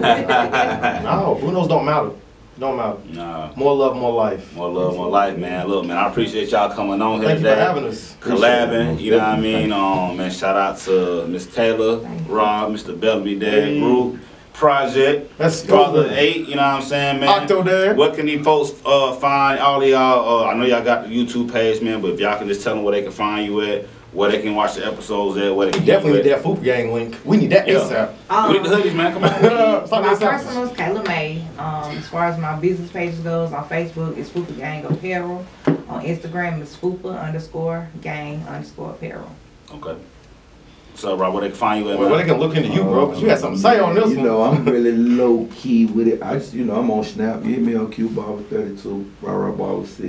[SPEAKER 3] no. Brunos don't matter. Don't matter.
[SPEAKER 4] Nah.
[SPEAKER 3] More love, more life.
[SPEAKER 4] More love, more life, man. Look, man, I appreciate y'all coming on here
[SPEAKER 3] Thank you
[SPEAKER 4] today.
[SPEAKER 3] for having us.
[SPEAKER 4] Collabing, you know what I mean? Um, man, shout out to Miss Taylor, Rob, Mr. Bellamy, Dad Group, Project,
[SPEAKER 3] Let's go,
[SPEAKER 4] Brother
[SPEAKER 3] man.
[SPEAKER 4] Eight, you know what I'm saying, man?
[SPEAKER 3] Octodad.
[SPEAKER 4] What can these folks uh, find? All of y'all, uh, I know y'all got the YouTube page, man, but if y'all can just tell them where they can find you at, where they can watch the episodes at, where they can
[SPEAKER 3] Definitely
[SPEAKER 4] get you
[SPEAKER 3] need that Foop Gang link. We need that
[SPEAKER 4] Yeah.
[SPEAKER 3] ASAP.
[SPEAKER 4] at. We need the hoodies, man. Come on.
[SPEAKER 3] Stop
[SPEAKER 6] My
[SPEAKER 3] this out.
[SPEAKER 6] personal is Kayla May. Um, as far as my business pages goes, on Facebook it's Fupa Gang Apparel. On Instagram it's Fupa underscore Gang underscore Apparel.
[SPEAKER 4] Okay. So, Rob, where they can find you at?
[SPEAKER 3] Well,
[SPEAKER 4] man?
[SPEAKER 3] they can look into you, bro, because you had something to say on this
[SPEAKER 7] You
[SPEAKER 3] one.
[SPEAKER 7] know, I'm really low key with it. I just, you know, I'm on Snap. You hit me on Q Barber 32, Rah Rah Barber 6.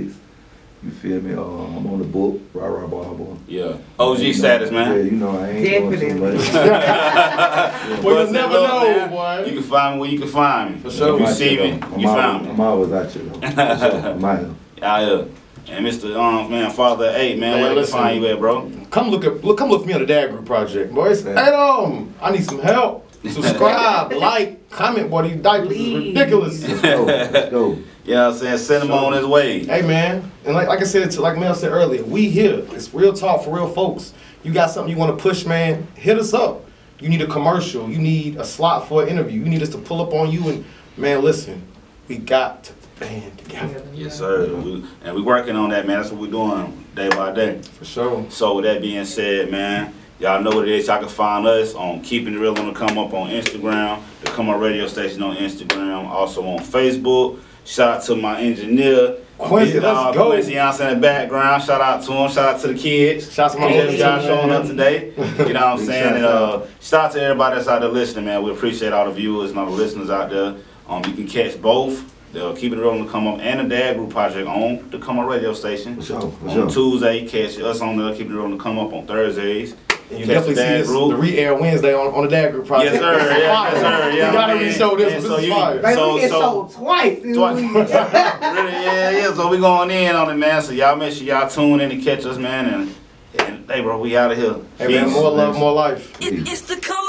[SPEAKER 7] You feel me? Uh, I'm on the book, Rah Rah Barber.
[SPEAKER 4] Yeah. OG
[SPEAKER 7] You know,
[SPEAKER 4] status, man.
[SPEAKER 7] Yeah, you know, I ain't doing too
[SPEAKER 6] Definitely.
[SPEAKER 7] much.
[SPEAKER 3] Well, you'll
[SPEAKER 4] Bustin'
[SPEAKER 3] never
[SPEAKER 4] up,
[SPEAKER 3] know,
[SPEAKER 4] man.
[SPEAKER 3] boy.
[SPEAKER 4] You can find me where you can find me.
[SPEAKER 3] For sure.
[SPEAKER 4] If you
[SPEAKER 7] I'm out
[SPEAKER 4] see
[SPEAKER 7] here,
[SPEAKER 4] me,
[SPEAKER 7] though.
[SPEAKER 4] you
[SPEAKER 7] I'm
[SPEAKER 4] found
[SPEAKER 7] always-
[SPEAKER 4] me.
[SPEAKER 7] I'm always out here, though. For sure. I'm out here.
[SPEAKER 4] Out here. And Mr. Um, man, Father Eight, man,
[SPEAKER 3] Man,
[SPEAKER 4] where they can
[SPEAKER 3] listen.
[SPEAKER 4] find you at, bro?
[SPEAKER 3] Come look at look. Come look for me on the Dad Group Project, boys. Hey,
[SPEAKER 7] Man.
[SPEAKER 3] um, I need some help. Subscribe, like, comment, boy. These diapers is
[SPEAKER 6] Please.
[SPEAKER 3] ridiculous.
[SPEAKER 7] Let's go. Let's go.
[SPEAKER 4] You know what I'm saying? Send him on his way.
[SPEAKER 3] Hey man, and like, like I said, like Mel said earlier, we here. It's real talk for real folks. You got something you want to push, man? Hit us up. You need a commercial. You need a slot for an interview. You need us to pull up on you and man, listen, we got to band together
[SPEAKER 4] Yes, sir. We, and we working on that, man. That's what we're doing day by day.
[SPEAKER 3] for sure.
[SPEAKER 4] So with that being said, man, y'all know what it is. Y'all can find us on Keeping It Real on the Come Up on Instagram, the Come Up Radio Station on Instagram, also on Facebook. Shout out to my engineer. my
[SPEAKER 3] Quincy,
[SPEAKER 4] big dog,
[SPEAKER 3] let's go.
[SPEAKER 4] Quincy Johnson in the background. Shout out to him. Shout out to the kids.
[SPEAKER 3] Shout out to my
[SPEAKER 4] Appreciate
[SPEAKER 3] old
[SPEAKER 4] y'all
[SPEAKER 3] team,
[SPEAKER 4] showing
[SPEAKER 3] man.
[SPEAKER 4] up today. You know what I'm
[SPEAKER 7] Big
[SPEAKER 4] saying? And,
[SPEAKER 7] shout out.
[SPEAKER 4] uh, shout out to everybody that's out there listening, man. We appreciate all the viewers and all the listeners out there. Um, you can catch both the Keeping It Real on the Come Up and the Dad Group Project on the Come Up Radio Station
[SPEAKER 7] For sure. For
[SPEAKER 4] on
[SPEAKER 7] sure.
[SPEAKER 4] Tuesday. Catch us on the Keep It Real to Come Up on Thursdays.
[SPEAKER 3] And you
[SPEAKER 4] Catch
[SPEAKER 3] definitely see
[SPEAKER 4] Dad
[SPEAKER 3] this
[SPEAKER 4] Group.
[SPEAKER 3] the re-air Wednesday on, on the Dad Group Project.
[SPEAKER 4] Yes, sir.
[SPEAKER 3] This
[SPEAKER 4] Yeah,
[SPEAKER 3] is
[SPEAKER 4] yes,
[SPEAKER 3] fire.
[SPEAKER 4] sir. Yeah,
[SPEAKER 3] you gotta
[SPEAKER 4] man.
[SPEAKER 3] re-show this.
[SPEAKER 4] Yeah,
[SPEAKER 3] this
[SPEAKER 4] so
[SPEAKER 3] is
[SPEAKER 4] you-
[SPEAKER 3] fire.
[SPEAKER 6] Baby,
[SPEAKER 4] So-
[SPEAKER 6] it's
[SPEAKER 4] so-
[SPEAKER 6] sold twice. dude.
[SPEAKER 4] Twice. Really, yeah, yeah. So we going in on it, man. So y'all make sure y'all tune in and catch us, man. And, and hey, bro, we out of here.
[SPEAKER 3] Hey man,
[SPEAKER 4] Peace.
[SPEAKER 3] more love, more life.
[SPEAKER 9] It- it's the come